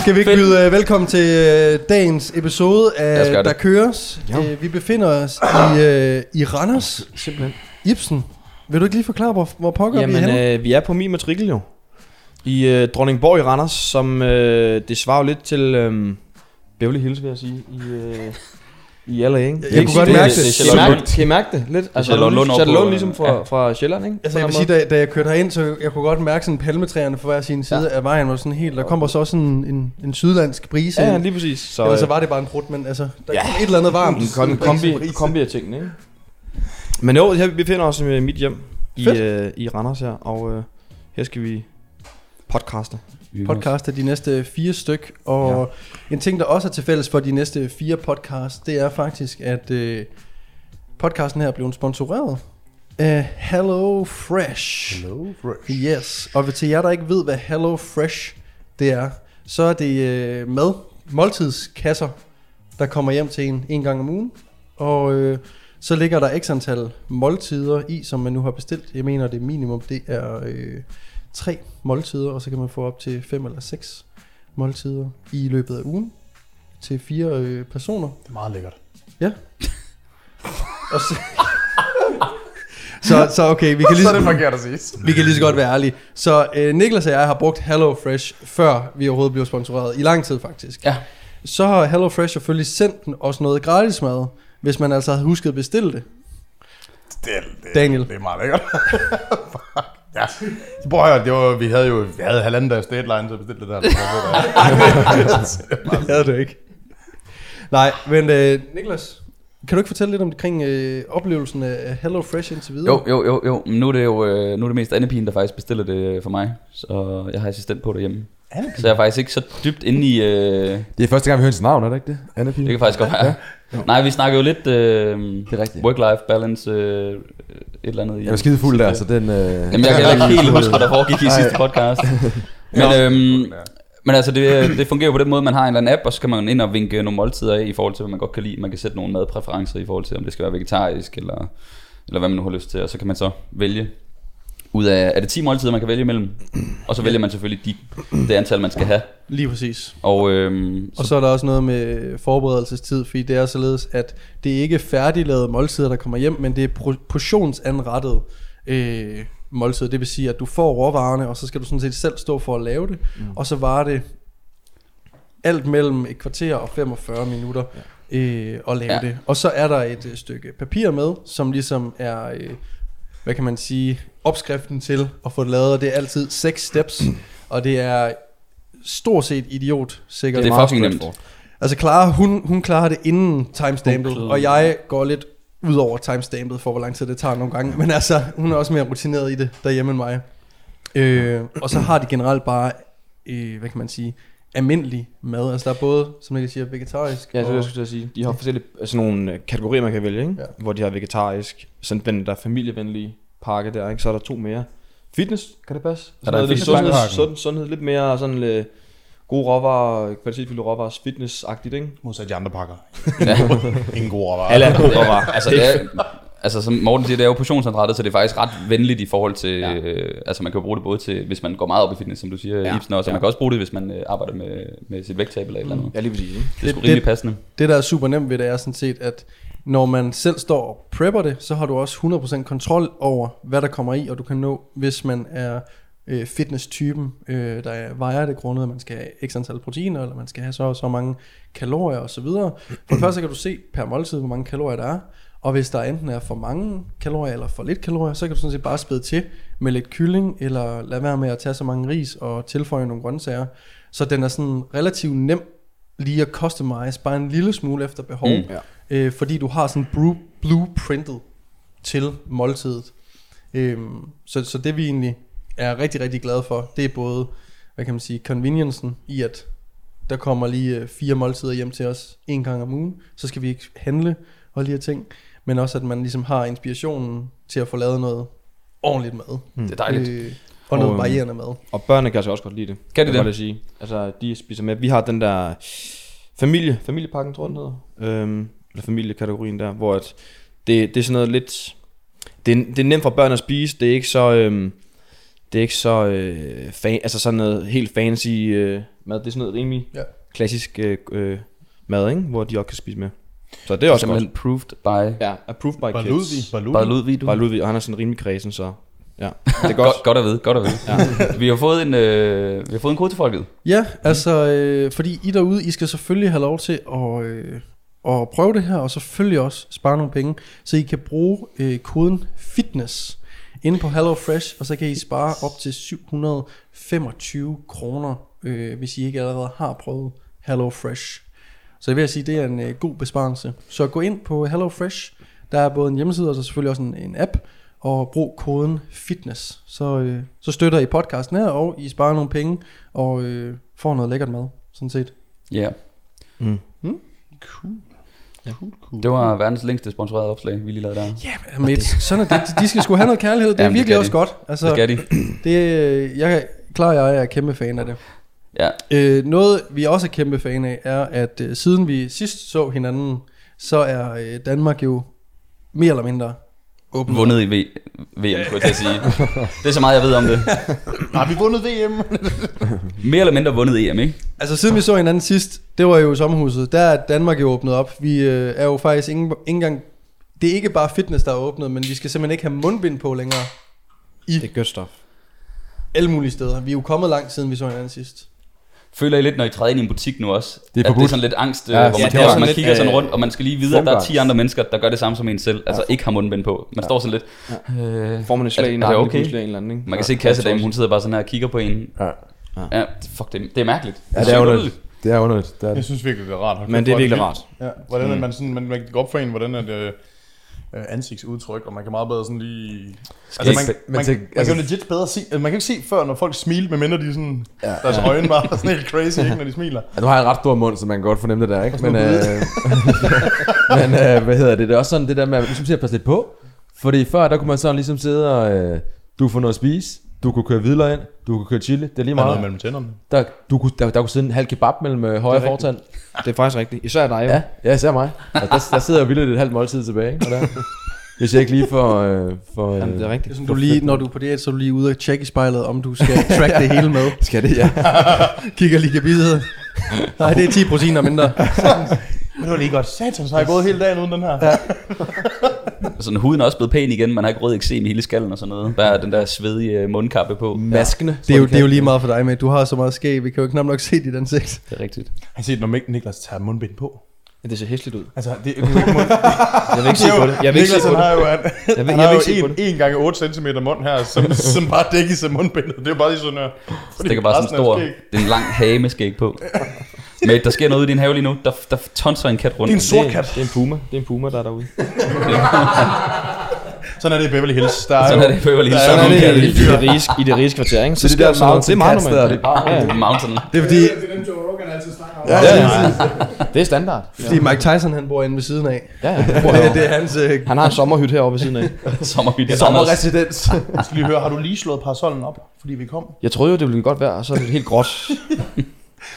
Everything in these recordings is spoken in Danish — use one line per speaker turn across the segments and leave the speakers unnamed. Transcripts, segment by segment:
Skal vi ikke
Fedt.
byde uh, velkommen til uh, dagens episode
Lad os
af
gøre
Der
det.
Køres? Uh, vi befinder os i, uh, i Randers.
Simpelthen.
Ibsen, vil du ikke lige forklare, hvor, hvor pokker Jamen, vi er
Jamen,
henne?
øh, vi er på min matrikel jo. I øh, Dronningborg i Randers, som øh, det svarer jo lidt til øh, Beverly Hills, vil jeg sige, i, øh, i LA, ikke?
Jeg kunne godt
det-
mærke
det-
det.
det-
Kan
Charlotte
I mærke,
Lund.
kan I mærke det lidt? Altså,
Charlotte Lund over på,
Charlotte Lund ligesom fra,
ja.
ja. fra Sjælland, ikke?
Altså,
På
jeg
en
vil
eller
sige, da, da jeg kørte herind, så jeg kunne godt mærke sådan palmetræerne fra hver sin side ja. af vejen var sådan helt... Der kom også sådan en, en, en sydlandsk brise.
anden måde. Ja,
ind.
lige præcis. Så,
Ellers så
øh,
var det bare en prut, men altså, der ja.
Ja.
kom et eller andet varmt.
en kom, kombi, kombi af tingene, ikke? Men jo, her vi befinder os i øh, mit hjem i,
Fedt.
øh, i Randers her, og øh, her skal vi podcaste.
podcast er de næste fire styk, og ja. en ting, der også er til fælles for de næste fire podcasts, det er faktisk, at øh, podcasten her er blevet sponsoreret af Hello Fresh.
Hello,
Yes, og til jer, der ikke ved, hvad Hello Fresh det er, så er det øh, mad, måltidskasser, der kommer hjem til en en gang om ugen, og øh, så ligger der x antal måltider i, som man nu har bestilt. Jeg mener, det minimum, det er øh, tre måltider, og så kan man få op til fem eller seks måltider i løbet af ugen til fire øh, personer.
Det er meget lækkert.
Og så, så, så okay, vi kan lige
forkert at sige.
Vi kan lige så godt være ærlige. Så øh, Niklas og jeg har brugt HelloFresh, før vi overhovedet blev sponsoreret. I lang tid faktisk.
Ja.
Så har HelloFresh selvfølgelig sendt den os noget gratis mad, hvis man altså havde husket at bestille det.
Det, er- det,
Daniel.
Det er meget lækkert. Fuck, ja. Prøv at høre, det var, vi havde jo vi havde halvanden dags deadline, så bestilte det der. Det var-
Det havde det ikke. Nej, men øh, Niklas, kan du ikke fortælle lidt omkring øh, oplevelsen af HelloFresh indtil videre?
Jo, jo, jo, jo. Men nu er det jo øh, nu er det mest Annepigen, der faktisk bestiller det for mig. Så jeg har assistent på derhjemme. Så jeg er faktisk ikke så dybt inde i... Øh,
Det er første gang, vi hører hendes navn, er det ikke det? Anna Pien?
det kan faktisk godt være. Nej, vi snakker jo lidt øh,
Det er rigtigt.
work-life balance, øh, et eller andet. i-
Jeg var skide fuld der, så den... Øh,
Jamen, jeg kan heller ikke helt huske, hvad der foregik i sidste podcast. Men, øhm, men altså, det, det fungerer jo på den måde, man har en eller anden app, og så kan man ind og vinke nogle måltider af i forhold til, hvad man godt kan lide. Man kan sætte nogle madpræferencer i forhold til, om det skal være vegetarisk, eller, eller hvad man nu har lyst til. Og så kan man så vælge ud af, er det 10 måltider, man kan vælge imellem? Og så vælger man selvfølgelig de, det antal, man skal have.
Lige præcis.
Og, øhm,
Og
så,
så er der også noget med forberedelsestid, fordi det er således, at det ikke er færdiglavede måltider, der kommer hjem, men det er pro- portionsanrettet øh, måltid. Det vil sige, at du får råvarerne, og så skal du sådan set selv stå for at lave det. Mm. Og så var det alt mellem et kvarter og 45 minutter øh, at lave ja.
Ja.
det. Og så er der et øh, stykke papir med, som ligesom er... Øh, hvad kan man sige, opskriften til at få det lavet, og det er altid seks steps, og det er stort set idiot sikkert.
det er fucking nemt.
Altså Clara, hun, hun klarer det inden timestampet, og jeg går lidt ud over timestampet for, hvor lang tid det tager nogle gange. Men altså, hun er også mere rutineret i det derhjemme end mig. Øh, og så har de generelt bare, øh, hvad kan man sige, almindelig mad. Altså der er både, som jeg siger, vegetarisk
Ja, det er det,
og
jeg skulle til at sige. De har forskellige sådan nogle øh, kategorier, man kan vælge, ikke?
Ja.
Ja. hvor de har vegetarisk, sådan den der familievenlige pakke der, ikke? så er der to mere. Fitness, kan det passe?
der
Sådan noget
en
lidt
fitnesspakke?
sundhed, sund, sundhed, lidt mere sådan øh, gode råvarer, kvalitetsfulde råvarer, fitness-agtigt, ikke?
Modsat de andre pakker.
Ja.
Ingen gode råvarer.
Alle er gode råvarer.
altså, det er, altså som Morten siger, det er jo portionsanrettet, så det er faktisk ret venligt i forhold til, ja. øh, altså man kan jo bruge det både til, hvis man går meget op i fitness, som du siger, ja. Ibsen også, og man kan også bruge det, hvis man øh, arbejder med, med sit vægttab eller et eller andet.
Ja, lige præcis. Ikke?
Det er
Det-
sgu rimelig
det-
passende.
Det, der er super nemt ved det, er sådan set, at når man selv står og prepper det, så har du også 100% kontrol over, hvad der kommer i, og du kan nå, hvis man er øh, fitness-typen, øh, der vejer det grundet, at man skal have x antal proteiner, eller man skal have så og så mange kalorier osv. For det første kan du se per måltid, hvor mange kalorier der er, og hvis der enten er for mange kalorier eller for lidt kalorier, så kan du sådan set bare spæde til med lidt kylling, eller lad være med at tage så mange ris og tilføje nogle grøntsager. Så den er sådan relativt nem lige at customize bare en lille smule efter behov, mm,
Mm.
ja. øh, fordi du har sådan bru- blueprintet til måltidet. Øhm, så, så det vi egentlig er rigtig, rigtig glade for, det er både, hvad kan man sige, conveniencen i, at der kommer lige øh, fire måltider hjem til os en gang om ugen, så skal vi ikke handle og de her ting, men også at man ligesom har inspirationen til at få lavet noget ordentligt mad.
Det er dejligt.
Øh, og noget
Og, øhm,
varierende mad.
Og børnene kan altså også godt lide det. jeg
Kan de det?
bare lige sige. Altså, de spiser med. Vi har den der familie, familiepakken, tror jeg, den hedder. Øhm, eller familiekategorien der, hvor at det, det er sådan noget lidt... Det er, det er nemt for børn at spise, det er ikke så... Øhm, Det er ikke så øh, fan, altså sådan noget helt fancy øh, mad. Det er sådan noget rimelig
Ja.
ja. klassisk øh, øh, mad, ikke? hvor de også kan spise med. Så det er også godt.
Simpelthen proved by
Ja, approved by
Baludi.
kids.
Bare
Baludi.
Ludvig, du.
Bare Ludvig, og han er sådan rimelig kredsen, så ja.
Det er godt. godt at vide, godt at vide. ja. Vi har fået en, øh, vi har fået en kode til folket.
Ja, altså, øh, fordi I derude, I skal selvfølgelig have lov til at, øh, at prøve det her, og selvfølgelig også spare nogle penge, så I kan bruge øh, koden FITNESS inde på HelloFresh, og så kan I spare op til 725 kroner, øh, hvis I ikke allerede har prøvet HelloFresh. Så det vil jeg sige, det er en øh, god besparelse. Så gå ind på HelloFresh, der er både en hjemmeside og så selvfølgelig også en, en app, og brug koden FITNESS. Så, øh, så støtter I podcasten her, og I sparer nogle penge, og øh, får noget lækkert mad, sådan set.
Ja. Yeah.
Mm.
Mm.
Cool. Hmm? Det var verdens længste sponsorerede opslag, vi lige lavede der.
Ja, yeah, mate, sådan er det. De skal sgu have noget kærlighed, det er
Jamen, det
virkelig
skal
også
de.
godt. Altså,
Det skal de.
det, øh, jeg er klar, jeg er kæmpe fan af det.
Ja.
Øh, noget vi også er kæmpe fan af, er at øh, siden vi sidst så hinanden, så er øh, Danmark jo mere eller mindre åbent.
Vundet i v VM, skulle jeg til at sige. Det er så meget, jeg ved om det.
Har vi vundet VM?
Mere eller mindre vundet EM, ikke?
Altså siden vi så hinanden sidst, det var jo i sommerhuset, der er Danmark jo åbnet op. Vi øh, er jo faktisk ingen, ikke engang, det er ikke bare fitness, der er åbnet, men vi skal simpelthen ikke have mundbind på længere.
Det er godt stof.
Alle mulige steder. Vi er jo kommet langt siden vi så hinanden sidst.
Føler I lidt, når I træder ind i en butik nu også, det er, at det er
forbudt.
sådan lidt angst, ja,
Ja,
hvor
ja,
man,
det
ja,
er
også,
sådan
man
lidt,
kigger sådan
øh,
rundt, og man skal lige vide, at der er 10
Flugtangst.
andre mennesker, der gør det samme som en selv, altså ikke har mundbind på. Man står sådan lidt, øh,
Får man et
Er
slag
det-
i
er det
nakken,
okay?
okay? en eller anden, ikke?
man kan se kassedamen, hun sidder bare sådan her og kigger på en.
Ja.
Ja, fuck, det, det er mærkeligt.
Ja, det er
sygt
underligt. Det er underligt. Det er
Jeg
det.
synes virkelig, det er rart. Hold
Men
kæft,
det er
hvor
virkelig
vildt.
rart.
Ja, hvordan er man sådan, man, man kan gå op for en, hvordan er det øh, ansigtsudtryk, og man kan meget bedre sådan lige... Altså, man,
ikke-
man, man,
men tænk,
man,
altså-
kan jo legit bedre se, altså, man kan ikke se før, når folk smiler, medmindre de sådan, ja,
Ja.
deres ja. øjne bare er sådan helt crazy, ikke, når de smiler.
Ja, nu har jeg en ret stor mund, så man kan godt fornemme det der, ikke? Men, øh, men øh, hvad hedder det? Det er også sådan det der med, at man ligesom siger, pas lidt på. Fordi før, der kunne man sådan ligesom sidde og... Øh, du får noget at spise, du kunne køre hvidløg ind, du kunne køre chili, det er lige
Der er noget
meget.
mellem tænderne.
Der, du kunne, der, der kunne sidde en halv kebab mellem øh, højre
rigtigt.
fortand.
Det er faktisk rigtigt. Især dig jo.
Ja, ja især mig. Og der, der sidder jeg vildt et halvt måltid tilbage, ikke? Og der, hvis jeg ikke lige får... Øh, for, øh,
Jamen, det er
Det
rigtigt.
er sådan, du lige, når du er på det, så er du lige ude og tjekke i spejlet, om du skal track det hele med.
Skal det, ja.
Kigger lige gebidset. Nej, det er 10 proteiner mindre.
Men det var lige godt satans, har jeg gået hele dagen uden den her?
Sådan, Altså, huden er også blevet pæn igen, man har ikke rød eksem i hele skallen og sådan noget. Der er den der svedige øh, mundkappe på.
Maskende.
Det er, jo, det er jo lige meget for dig, med. Du har så meget skæg, vi kan jo knap nok se dit ansigt.
Det er rigtigt.
Har I set, når Mik- Niklas tager mundbind på?
Ja, det ser hæsligt ud.
Altså, det, det er mund.
Jeg vil ikke se på det. Jeg vil ikke se
Niklas,
på det.
han har jo, han,
Jeg vil,
han
jeg vil
har jo
ikke se på
en,
det.
en gange 8 cm mund her, som, som bare dækkes af mundbindet. Det er jo bare lige sådan øh, her.
Det er bare sådan en stor, det er en lang hage med skæg på. Mate, der sker noget ude i din have lige nu. Der, der tonser en kat rundt.
Det er en sort
Det er-
kat.
Det er en puma. Det er en puma, der er derude.
Sådan er det i Beverly Hills. Der er
Sådan
jo-
er det i Beverly Hills.
Der
Sådan
er
er
jo
det
nogle
I
vilde dyr.
det rige, i det rige kvarter, ikke?
Så det der mountain cats der, det er
Ah, det er mountain.
Det er fordi,
Ja, ja, ja.
Det er standard.
fordi Mike Tyson han bor inde ved siden af.
Ja, ja.
Hvor det, det er hans... Øh,
Han har en sommerhytte heroppe ved siden af.
Sommerhytte.
Sommerresidens.
Jeg skal lige høre, har du lige slået parasollen op, fordi vi kom?
Jeg troede jo, det ville godt være, og så er det helt gråt.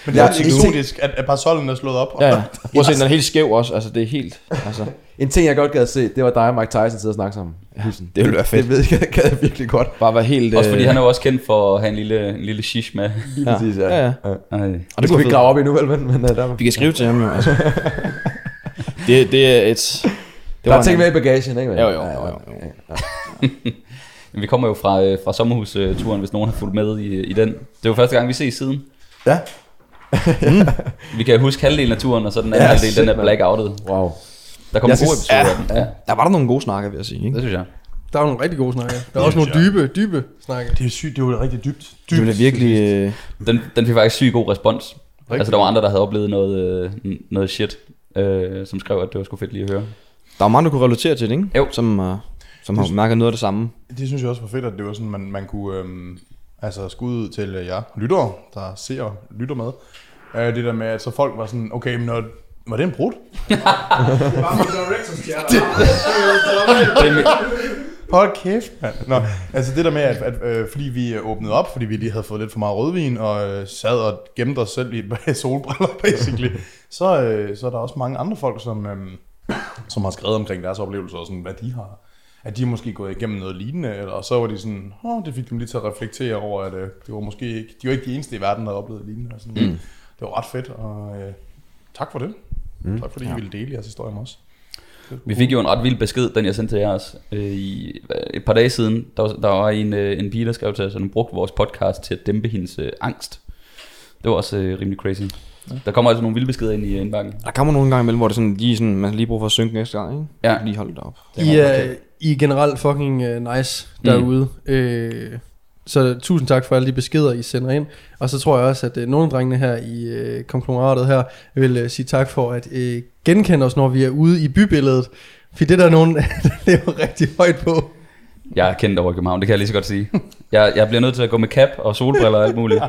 Men det er
Ja,
lidt
det er
eksotisk, at, at parasollen er slået op.
Ja, ja. Prøv at se, den er helt skæv også. Altså, det er helt... Altså,
En ting, jeg godt gad se, det var dig og Mike Tyson sidde og snakke sammen. Ja, det
ville være fedt.
Det ved jeg, jeg gad jeg virkelig godt.
bare være helt...
Også fordi
øh,
han er jo også kendt for at have en lille, en lille shish med.
Lige
Ja.
præcis, ja.
Ja, ja.
ja.
Ej.
Og
Det
det
skal vi
kunne
ikke grave op endnu, vel? Men, men øh, der,
Vi kan skrive til ham jo, altså. Det, det er et... Det
der
var
er ting
en-
med i bagagen, ikke?
Jo, jo,
Ja,
jo, jo.
ja.
Vi kommer jo fra, øh, fra sommerhusturen, hvis nogen har fulgt med i, i den. Det var første gang, vi ses siden.
Ja.
Mm. Vi kan huske halvdelen af turen, og så den anden
Ja,
ja, halvdel, den er
shit, mand.
blackoutet.
Wow.
Der kommer
Jeg
en god
synes-
episode af den. Ja,
Der var der nogle gode snakker, vil jeg sige, ikke?
det synes jeg.
der er jo nogle rigtig gode snakke. Der er også nogle dybe, dybe snakke.
Det er sygt, det er jo rigtig dybt.
Det blev virkelig... Øh,
Den, den fik faktisk syg god respons. Rigtig. Altså, der var andre, der havde oplevet noget, øh, n- noget shit, øh, som skrev, at det var sgu fedt lige at høre.
der var mange, der kunne relatere til det, ikke?
Jo.
Som, uh, som har mærket noget af det samme.
Det synes jeg også var fedt, at det var sådan, man, man kunne øhm, altså skud ud til øh, jer lyttere, der ser og lytter med. Øh, det der med, at så folk var sådan, okay, men når, var det en brud? Hold kæft, mand. Nå, altså det der med, at, at øh, fordi vi øh, åbnede op, fordi vi lige havde fået lidt for meget rødvin, og øh, sad og gemte os selv i bag solbriller, basically, så, øhm, øh, så er der også mange andre folk, som, øh, som har skrevet omkring deres oplevelser, og sådan, hvad de har at de er måske gået igennem noget lignende, eller, og så var de sådan, åh, det fik dem lige til at reflektere over, at øh, det var måske ikke, de var ikke de eneste i verden, der havde oplevet lignende. Og sådan. Mm. Det var ret fedt, og øh, tak for det. Mm. Tak fordi ja. I ville dele jeres historie med os.
Vi fik jo en ret vild besked, den jeg sendte til jer også, øh, i, et par dage siden. Der var, der var en, øh, en pige, der skrev til os, at hun brugte vores podcast til at dæmpe hendes øh, angst. Det var også øh, rimelig crazy. Ja. Der kommer altså nogle vilde beskeder ind i øh, indbakken.
Der kommer nogle gange imellem, hvor det sådan, lige sådan, man lige bruger for at synke næste gang, ikke?
Ja.
Lige holde det op.
I
øh,
er, I er generelt fucking uh, nice derude. Mm. Øh, så tusind tak for alle de beskeder, I sender ind. Og så tror jeg også, at øh, nogle af drengene her i øh, konglomeratet her vil øh, sige tak for at øh, genkende os, når vi er ude i bybilledet. For det der er nogen, det er jo rigtig højt på.
Jeg er kendt over i København, det kan jeg lige så godt sige. Jeg, jeg bliver nødt til at gå med cap og solbriller og alt muligt.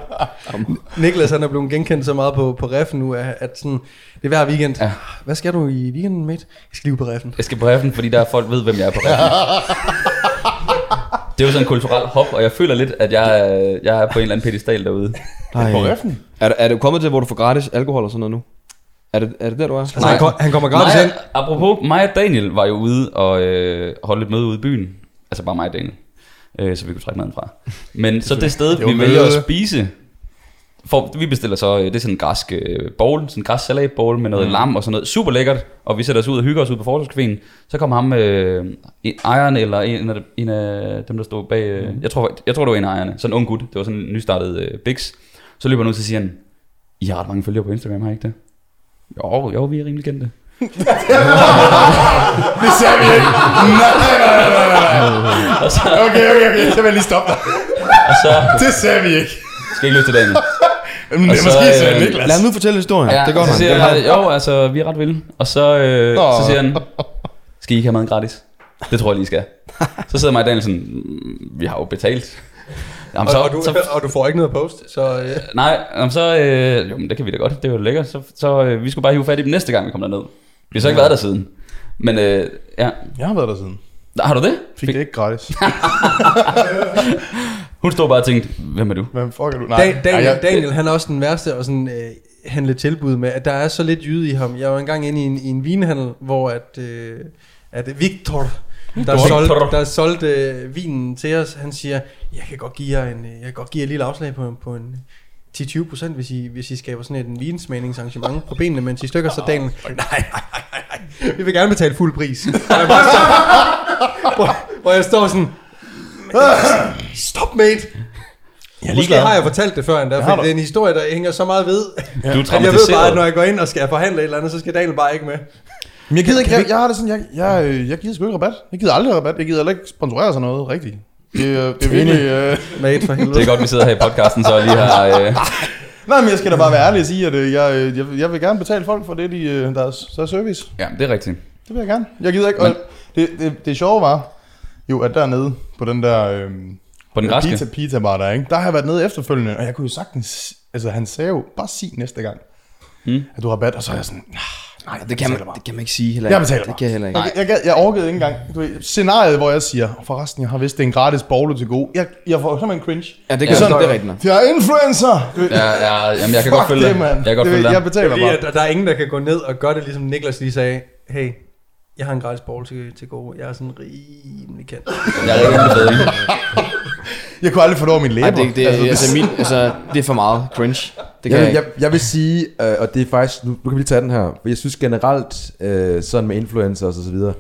Niklas han er blevet genkendt så meget på, på reffen nu, at, at sådan, det er hver weekend. Ja. Hvad skal du i weekenden, mate? Jeg skal lige ud på reffen.
Jeg skal på reffen, fordi der er folk ved, hvem jeg er på reffen. Det er jo sådan en kulturel hop, og jeg føler lidt, at jeg, er- jeg er på en eller anden pedestal derude.
På
Ej.
reffen?
Er, du- er du kommet til, hvor du får gratis alkohol og sådan noget nu? Er det, er det der, du er?
Altså, han, kom, han kommer gratis
Maja,
ind.
Apropos, mig og Daniel var jo ude og øh, holde et møde ude i byen. Altså bare mig og Daniel. Øh, så vi kunne trække maden fra. Men så det sted,
Det var
vi vælger at
møde.
spise, for, vi bestiller så, øh, det er sådan en græsk øh, bowl, sådan en græsk salatbowl med noget mm. lam og sådan noget. Super lækkert, og vi sætter os ud og hygger os ud på forsvarskvinden. Så kommer ham, øh, en- ejeren eller en af, en af dem, der stod bag, øh,
Mm.
jeg, tror, jeg tror det var en af ejerne, sådan en ung gut, det var sådan en nystartet øh, biks. Så løber han ud, så siger han, I har ret mange følgere på Instagram, har I ikke det? Jo, jo, vi er rimelig kendte.
Det ser vi ikke. Nej, nej, nej, nej, nej. Okay, okay, okay. Så vil jeg lige stoppe dig.
Og så
Det ser vi ikke.
skal jeg ikke lytte til Daniel.
Men det
Og
er
så,
måske
øh,
Søren Niklas.
Lad ham nu fortælle historien. Ja. Det går
så
man.
siger jeg, jo, altså, vi er ret vilde. Og så, øh, så siger han, skal I ikke have maden gratis? Det tror jeg lige I skal. Så sidder mig og Daniel sådan, "Mm, vi har jo betalt. Jamen, så,
Og, og, du,
så,
og du får ikke noget at post, så... Øh.
nej, jamen, så, øh, jo, men det kan vi da godt, det er jo lækkert. Så, så øh, vi skulle bare hive fat i dem næste gang, vi kom derned. Vi har så ikke været der siden. Men øh, ja,
Jeg har været der siden.
Nå, har du det?
Fik det ikke gratis.
Hun stod bare og tænkte, hvem er du?
Hvem fuck er du?
Dan, Daniel,
nej, jeg-
Daniel, han er også den værste og sådan øh, handle tilbud med, at der er så lidt jyde i ham. Jeg var engang inde i en, i en vinhandel, hvor at, øh, at Victor,
Hmm.
der
Victor.
solgte, der solgte øh, vinen til os, han siger, jeg kan godt give jer en, øh, jeg kan godt give jer et lille afslag på, en- på en 10-20 procent, hvis I, hvis I skaber sådan et en vinsmagningsarrangement på benene, mens I stykker, så Daniel, nej, nej, nej, nej, vi vil gerne betale fuld pris. Og jeg bare står- hvor, hvor jeg står sådan, stop mate,
Jeg
Måske
er ligeglad.
har jeg fortalt det før endda,
har
for
du.
det er en historie, der hænger så meget ved,
Du
at
er
jeg ved bare,
traumatiseret.
at når jeg går ind og skal forhandle et eller andet, så skal Daniel bare ikke med.
Men jeg gider ikke, jeg, jeg har det sådan, jeg, jeg, øh, jeg gider sgu ikke rabat. Jeg gider aldrig rabat. Jeg gider heller ikke sponsorere sådan noget, rigtigt. Det, øh, det er virkelig... Øh...
Mate for helvede.
Det er godt, vi sidder her i podcasten, så lige har... Øh,
Nej, men jeg skal da bare være ærlig og sige, at øh, jeg, øh, jeg, jeg vil gerne betale folk for det, de, øh, deres, deres service.
ja, det er rigtigt.
Det vil jeg gerne. Jeg gider ikke... Men... Det, det, det sjove var jo, at dernede på den der... Øh,
På den græske.
Pizza, pizza bar der, ikke? Der har jeg været nede efterfølgende, og jeg kunne jo sagtens... Altså, han sagde jo, bare sig næste gang,
Hmm.
mm. at du har rabat, og så er jeg sådan... "Nah, Nej,
Det kan, man,
betaler bare."
det kan man ikke sige heller
Jeg
ikke.
betaler
Det
bare.
kan jeg heller ikke.
Jeg, jeg, gad- jeg orkede ikke engang. Du ved, scenariet, hvor jeg siger, "Og forresten, jeg har vist, det er en gratis bowler til god. Jeg, jeg får simpelthen cringe.
Ja, det
Ja,
kan ja,
sådan,
det er rigtigt nok.
Jeg er influencer! Du ved,
Ja, ja, jamen, jeg kan godt
fuck
følge
det,
dig.
mand.
Jeg kan godt
Det ved,
følge dig.
Jeg betaler
Fordi
bare.
at, der er ingen, der kan gå ned og gøre det, ligesom Niklas lige sagde, hey, jeg har en gratis bowl til, til gode. Jeg er sådan rimelig kendt.
Jeg er rimelig bedre.
Jeg kunne aldrig få det over min læber.
Ej, det, det, altså, altså, min, altså, det er for meget cringe. Det kan jeg,
jeg,
ikke.
jeg, jeg vil sige, øh, og det er faktisk, nu, nu kan vi lige tage den her, for jeg synes generelt, øh, sådan med influencers og så videre,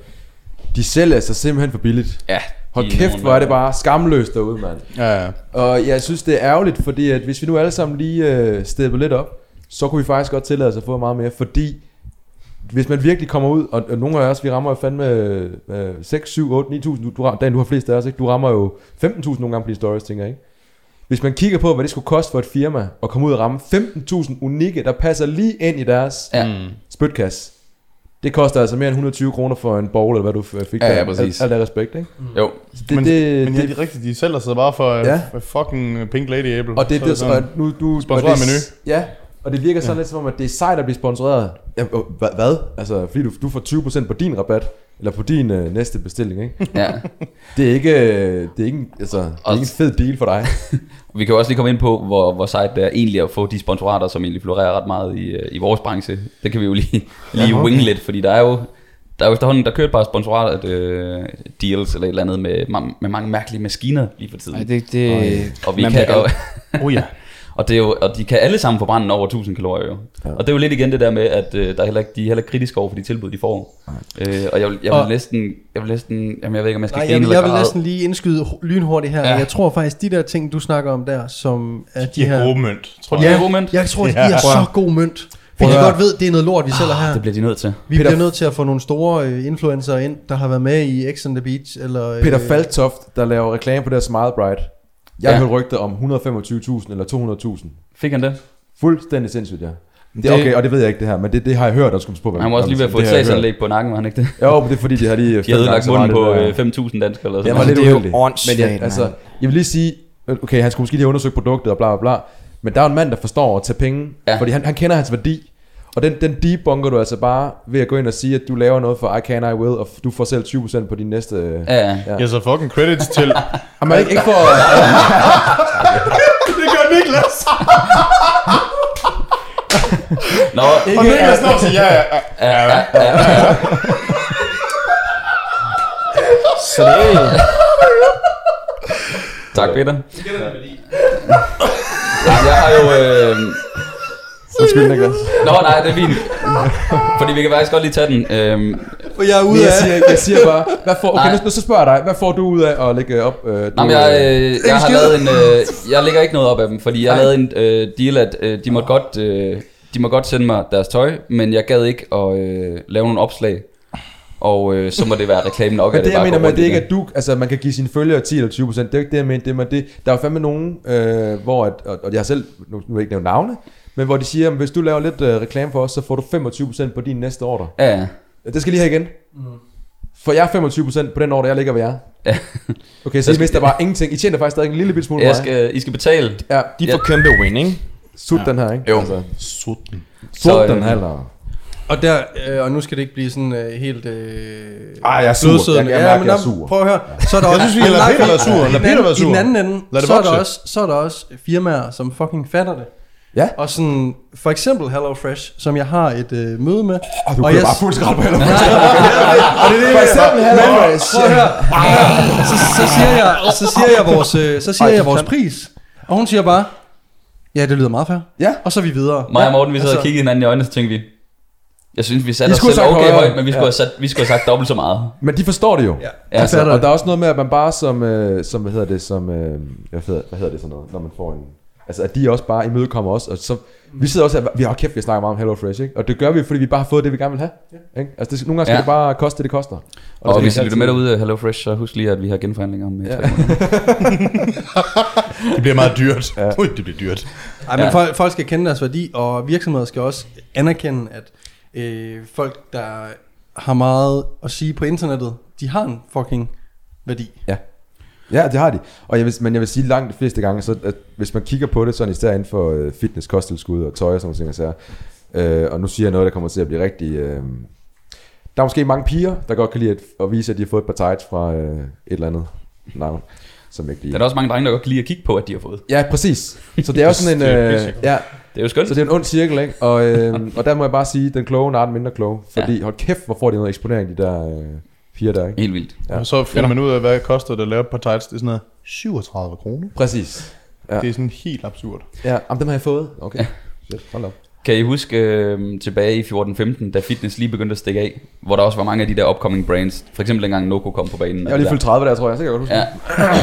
de sælger sig simpelthen for billigt.
Ja.
Hold
de
kæft,
nogen,
hvor er det
der-
bare skamløst derude, mand.
Ja, ja.
Og jeg synes, det er ærgerligt, fordi at hvis vi nu alle sammen lige øh, steppede lidt op, så kunne vi faktisk godt tillade os at få meget mere, fordi hvis man virkelig kommer ud, og, og nogle af os, vi rammer jo fandme øh, 6, 7, 8, 9.000, du, du, ram- Dan, du har flest af os, ikke? du rammer jo 15.000 nogle gange på de stories, tænker jeg, ikke? Hvis man kigger på, hvad det skulle koste for et firma at komme ud og ramme 15.000 unikke, der passer lige ind i deres
Ja.
spytkasse, det koster altså mere end 120 kroner for en bowl, eller hvad du f- fik
Ja, ja,
der.
præcis.
Al, al, al respekt, ikke?
Jo.
Det,
Men,
det,
men ja,
det,
de, rigtigt, de sælger sig bare for
Ja.
ja. fucking Pink Lady Apple.
Og det,
Så
det,
sådan-
og nu, du,
Sponsoreret
og det,
menu.
Ja, og det virker sådan ja. lidt som om, at det er sejt at blive sponsoreret. Ja, og hva- hvad? Altså, fordi du, du får 20% på din rabat, eller på din øh, næste bestilling, ikke?
Ja.
Det er ikke, øh, det er ikke, en- altså, det er ikke en fed deal for dig.
Vi kan jo også lige komme ind på, hvor, hvor sejt det er egentlig at få de sponsorater, som egentlig florerer ret meget i, øh, i vores branche. Det kan vi jo lige, lige ja, okay. wing lidt, fordi der er jo Der er jo efterhånden, der kører et par sponsorater, øh, deals eller et eller andet med, ma- med mange mærkelige maskiner lige for tiden.
Nej, det, det,
og, vi
man
kan,
bliver-
og,
Oh ja.
og, det er jo, og de kan alle sammen forbrænde over 1000 kalorier jo. Ja. Og det er jo lidt igen det der med, at øh, der er heller ikke, de er heller ikke kritiske over for de tilbud, de får. Øh, og jeg vil, jeg vil
Og-
næsten, jeg vil næsten, jamen jeg ved ikke, om jeg skal
Nej,
Nej,
jeg,
grine
vil-
eller
jeg vil
græde.
næsten lige indskyde ho- lynhurtigt her.
Ja.
Ja. Jeg tror faktisk, de der ting, du snakker om der, som er de
De
her...
er gode mønt, tror jeg.
Det er god mønt.
Jeg tror, at de
Ja.
er
Prøv
så god mønt. Fordi de
at-
godt ved, det er noget lort, vi sælger her.
Ah, Det bliver de nødt til.
Vi Peter... bliver nødt til at få nogle store øh, influencer ind, der har været med i X on the Beach, eller... Øh,
Peter Faltoft, der laver reklame på deres Smile Bright. Jeg har
Ja.
ja. hørt rygter om 125.000 eller 200.000.
Fik han det?
Fuldstændig sindssygt, ja. Det er okay, og det ved jeg ikke det her, men det, det har jeg hørt, og skulle passe på. hvad
Han var
man-
også lige ved at få
det
et
har jeg hørt.
sagsanlæg på nakken, var han ikke det?
Jo, men det er fordi, de har lige...
De havde lagt munden på øh,
Det,
5.000 danskere eller
det
sådan
var
noget.
lidt
det er jo
uheldigt. Men
åndssvagt,
jeg, altså, jeg vil lige sige, okay, han skulle måske lige have undersøgt produktet og bla bla bla, men der er jo en mand, der forstår at tage penge,
Ja.
ja. fordi han, han kender hans værdi. Og den, den debunker du altså bare ved at gå ind og sige, at du laver noget for I Can, I Will, og du får selv 20% på din næste... Øh,
Ja, ja.
Ja.
Ja, så fucking credits til...
Jamen, ikke, ikke for...
det gør Niklas!
Nå,
Og Niklas når til, ja, ja, ja.
tak Peter. Nej, jeg har jo... Øh...
Undskyld, Niklas.
Nå, nej, det er fint. Fordi vi kan faktisk godt lige tage den. Øhm,
For jeg er ude
Men jeg
af...
siger, jeg siger bare, hvad får, okay,
Nej.
nu, nu, så spørger jeg dig, hvad får du ud af at lægge op? Øh, du,
Nå, men jeg,
øh,
øh, jeg har lavet en... Øh, jeg lægger ikke noget op af dem, fordi jeg har lavet en øh, deal, at øh, de må godt... Øh, de må godt sende mig deres tøj, men jeg gad ikke at øh, lave nogle opslag. Og øh, så må det være reklame nok,
men det, jeg
bare
mener
går
med,
rundt
det er
i
ikke, at du, altså man kan give sine følgere 10 eller 20 procent, det er jo ikke det, jeg mener, det er, men det, der er jo fandme nogen, øh, hvor, at, og, og jeg har selv, nu, nu vil jeg ikke nævne navne, men hvor de siger, at hvis du laver lidt øh, reklame for os, så får du 25 procent på din næste ordre.
Ja, ja.
Det skal jeg lige have igen. For jeg er 25 procent på den ordre, jeg ligger ved jer.
Ja.
Okay, så I mister bare ingenting. I tjener faktisk stadig en lille bit smule
Jeg
på mig.
skal, øh, I skal betale.
Ja,
De
Ja.
får kæmpe win, ikke?
sut den her, ikke?
Jo.
Sutten.
Sut den
øh,
her, eller?
Og, der, øh, og nu skal det ikke blive sådan øh, helt... Øh,
Ej, jeg er sur.
blødsødende.
Jeg kan mærke,
men
jeg er
nå,
sur.
Prøv at høre. Så er der
Jeg
også,
synes, vi kan
men
lade
nej,
Peter være sur. Lad
i den
Peter
anden-
være sur.
I den anden ende,
Lad det
så, er der
vokse.
også, så er der også firmaer, som fucking fatter det.
Ja.
Og sådan, for eksempel HelloFresh, som jeg har et øh, møde med.
Og du kører
jeg-
bare fuld skrald på eller
Og det er det,
For eksempel Halloween.
Prøv at høre. Så, så, siger jeg, så siger jeg vores, øh, så siger jeg vores pris. Og hun siger bare, ja, det lyder meget fair.
Ja.
Og så er vi videre.
Mig og Morten, vi sad altså, og
altså-
kiggede hinanden i øjnene, så tænkte vi, jeg synes, vi
Vi
satte os
skulle
selv
have sagt
okay
højere.
højt, men vi skulle, have sat, vi skulle have sagt dobbelt så meget.
Men de forstår det jo. Ja. Altså,
fatter
og
det.
der er også noget med, at man bare som, øh, som hvad hedder det, som, øh, hvad, hedder, hvad hedder det sådan noget, når man får en, altså at de også bare imødekommer os, og så, vi sidder også her, vi har kæft, vi snakker meget om Hello Fresh, ikke? Og det gør vi, fordi vi bare har fået det, vi gerne vil have. Ja. Ikke? Altså, det, nogle gange skal
Ja.
ja. det bare koste det, det koster. Og,
Og, og
skal
hvis I
ikke
lytter med
altid-
derude af HelloFresh, så husk lige, at vi har genforhandlinger om uh, ja.
Det bliver meget dyrt. Ui, det bliver dyrt.
Ej, men
Ja.
ja. folk, folk skal kende deres værdi, og virksomheder skal også anerkende, at øh, folk, der har meget at sige på internettet, de har en fucking værdi.
Ja, det har de. Og jeg vil, men jeg vil sige langt de fleste gange, så at hvis man kigger på det sådan især inden for øh, fitness, kosttilskud og tøj og sådan nogle ting, så, øh, og nu siger jeg noget, der kommer til at blive rigtig... Øh, der er måske mange piger, der godt kan lide at, at vise, at de har fået et par tights fra øh, et eller andet navn, som ikke
Der er
lige...
der også mange drenge, der godt kan lide at kigge på, at de har fået.
Ja, præcis. Så det er jo sådan en...
Det er
Øh,
pissegodt.
ja,
Det er jo skønt.
så det er en ond cirkel, ikke? Og, øh, og der må jeg bare sige, den kloge er den mindre kloge. Fordi hold kæft, hvor får de noget eksponering, de der øh, piger der, ikke?
Helt vildt.
Ja.
Og så finder man ud af, hvad det koster det at lave et par tights. Det er sådan noget 37 kroner.
Præcis. Ja.
Det er sådan helt absurd.
Ja, jamen, dem har jeg fået. Okay. Shit, hold op.
Kan I huske øh, tilbage i 14-15, da fitness lige begyndte at stikke af, hvor der også var mange af de der upcoming brands, for eksempel dengang Noco kom på banen.
Jeg var lige fyldt 30 der, tror jeg, så kan jeg godt huske.
Ja.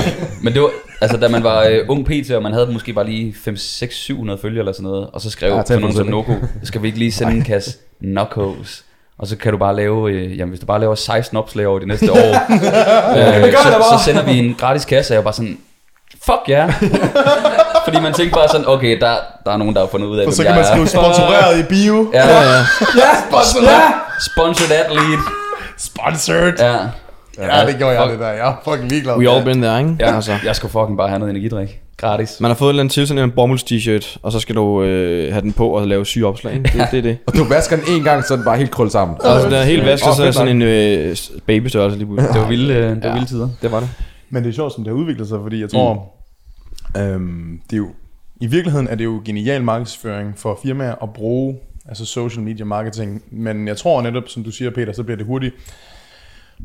Men det var, altså da man var øh, ung PT, og man havde måske bare lige 5, 6, 700 følgere eller sådan noget, og så skrev
Ja,
ja, sådan nogen som
10%,
Noko, skal vi ikke lige sende en kasse Nokos? Og så kan du bare lave, øh, jamen hvis du bare laver 16 opslag over de næste år, øh,
det
så,
bare.
så sender vi en gratis kasse, og jeg var bare sådan, fuck ja. Yeah. Fordi man tænkte bare sådan, okay, der, der er nogen, der har fundet ud af,
Og
hvem
så kan
jeg
man
er.
skrive sponsoreret i bio.
Ja, ja, ja.
Sponsoreret.
Sponsored athlete.
Sponsored.
Ja.
Ja, det gjorde jeg det der. Jeg er fucking ligeglad.
We all been there, ikke?
ja. Altså. Jeg skulle fucking bare have noget energidrik. Gratis.
Man har fået et eller andet til sådan en bomulds t-shirt, og så skal du øh, have den på og lave syge opslag. ikke? Det, det er det.
Og du vasker den en gang, så er den bare helt krøllet sammen.
Og så den er helt vasket,
Åh,
så er
fedt
sådan en øh, babystørrelse lige pludselig.
Det var vilde, øh, det var vilde tider.
Det var det.
Men det er sjovt, som det har udviklet sig, fordi jeg tror, mm. øhm, det er jo, i virkeligheden er det jo genial markedsføring for firmaer at bruge altså social media marketing. Men jeg tror netop, som du siger, Peter, så bliver det hurtigt,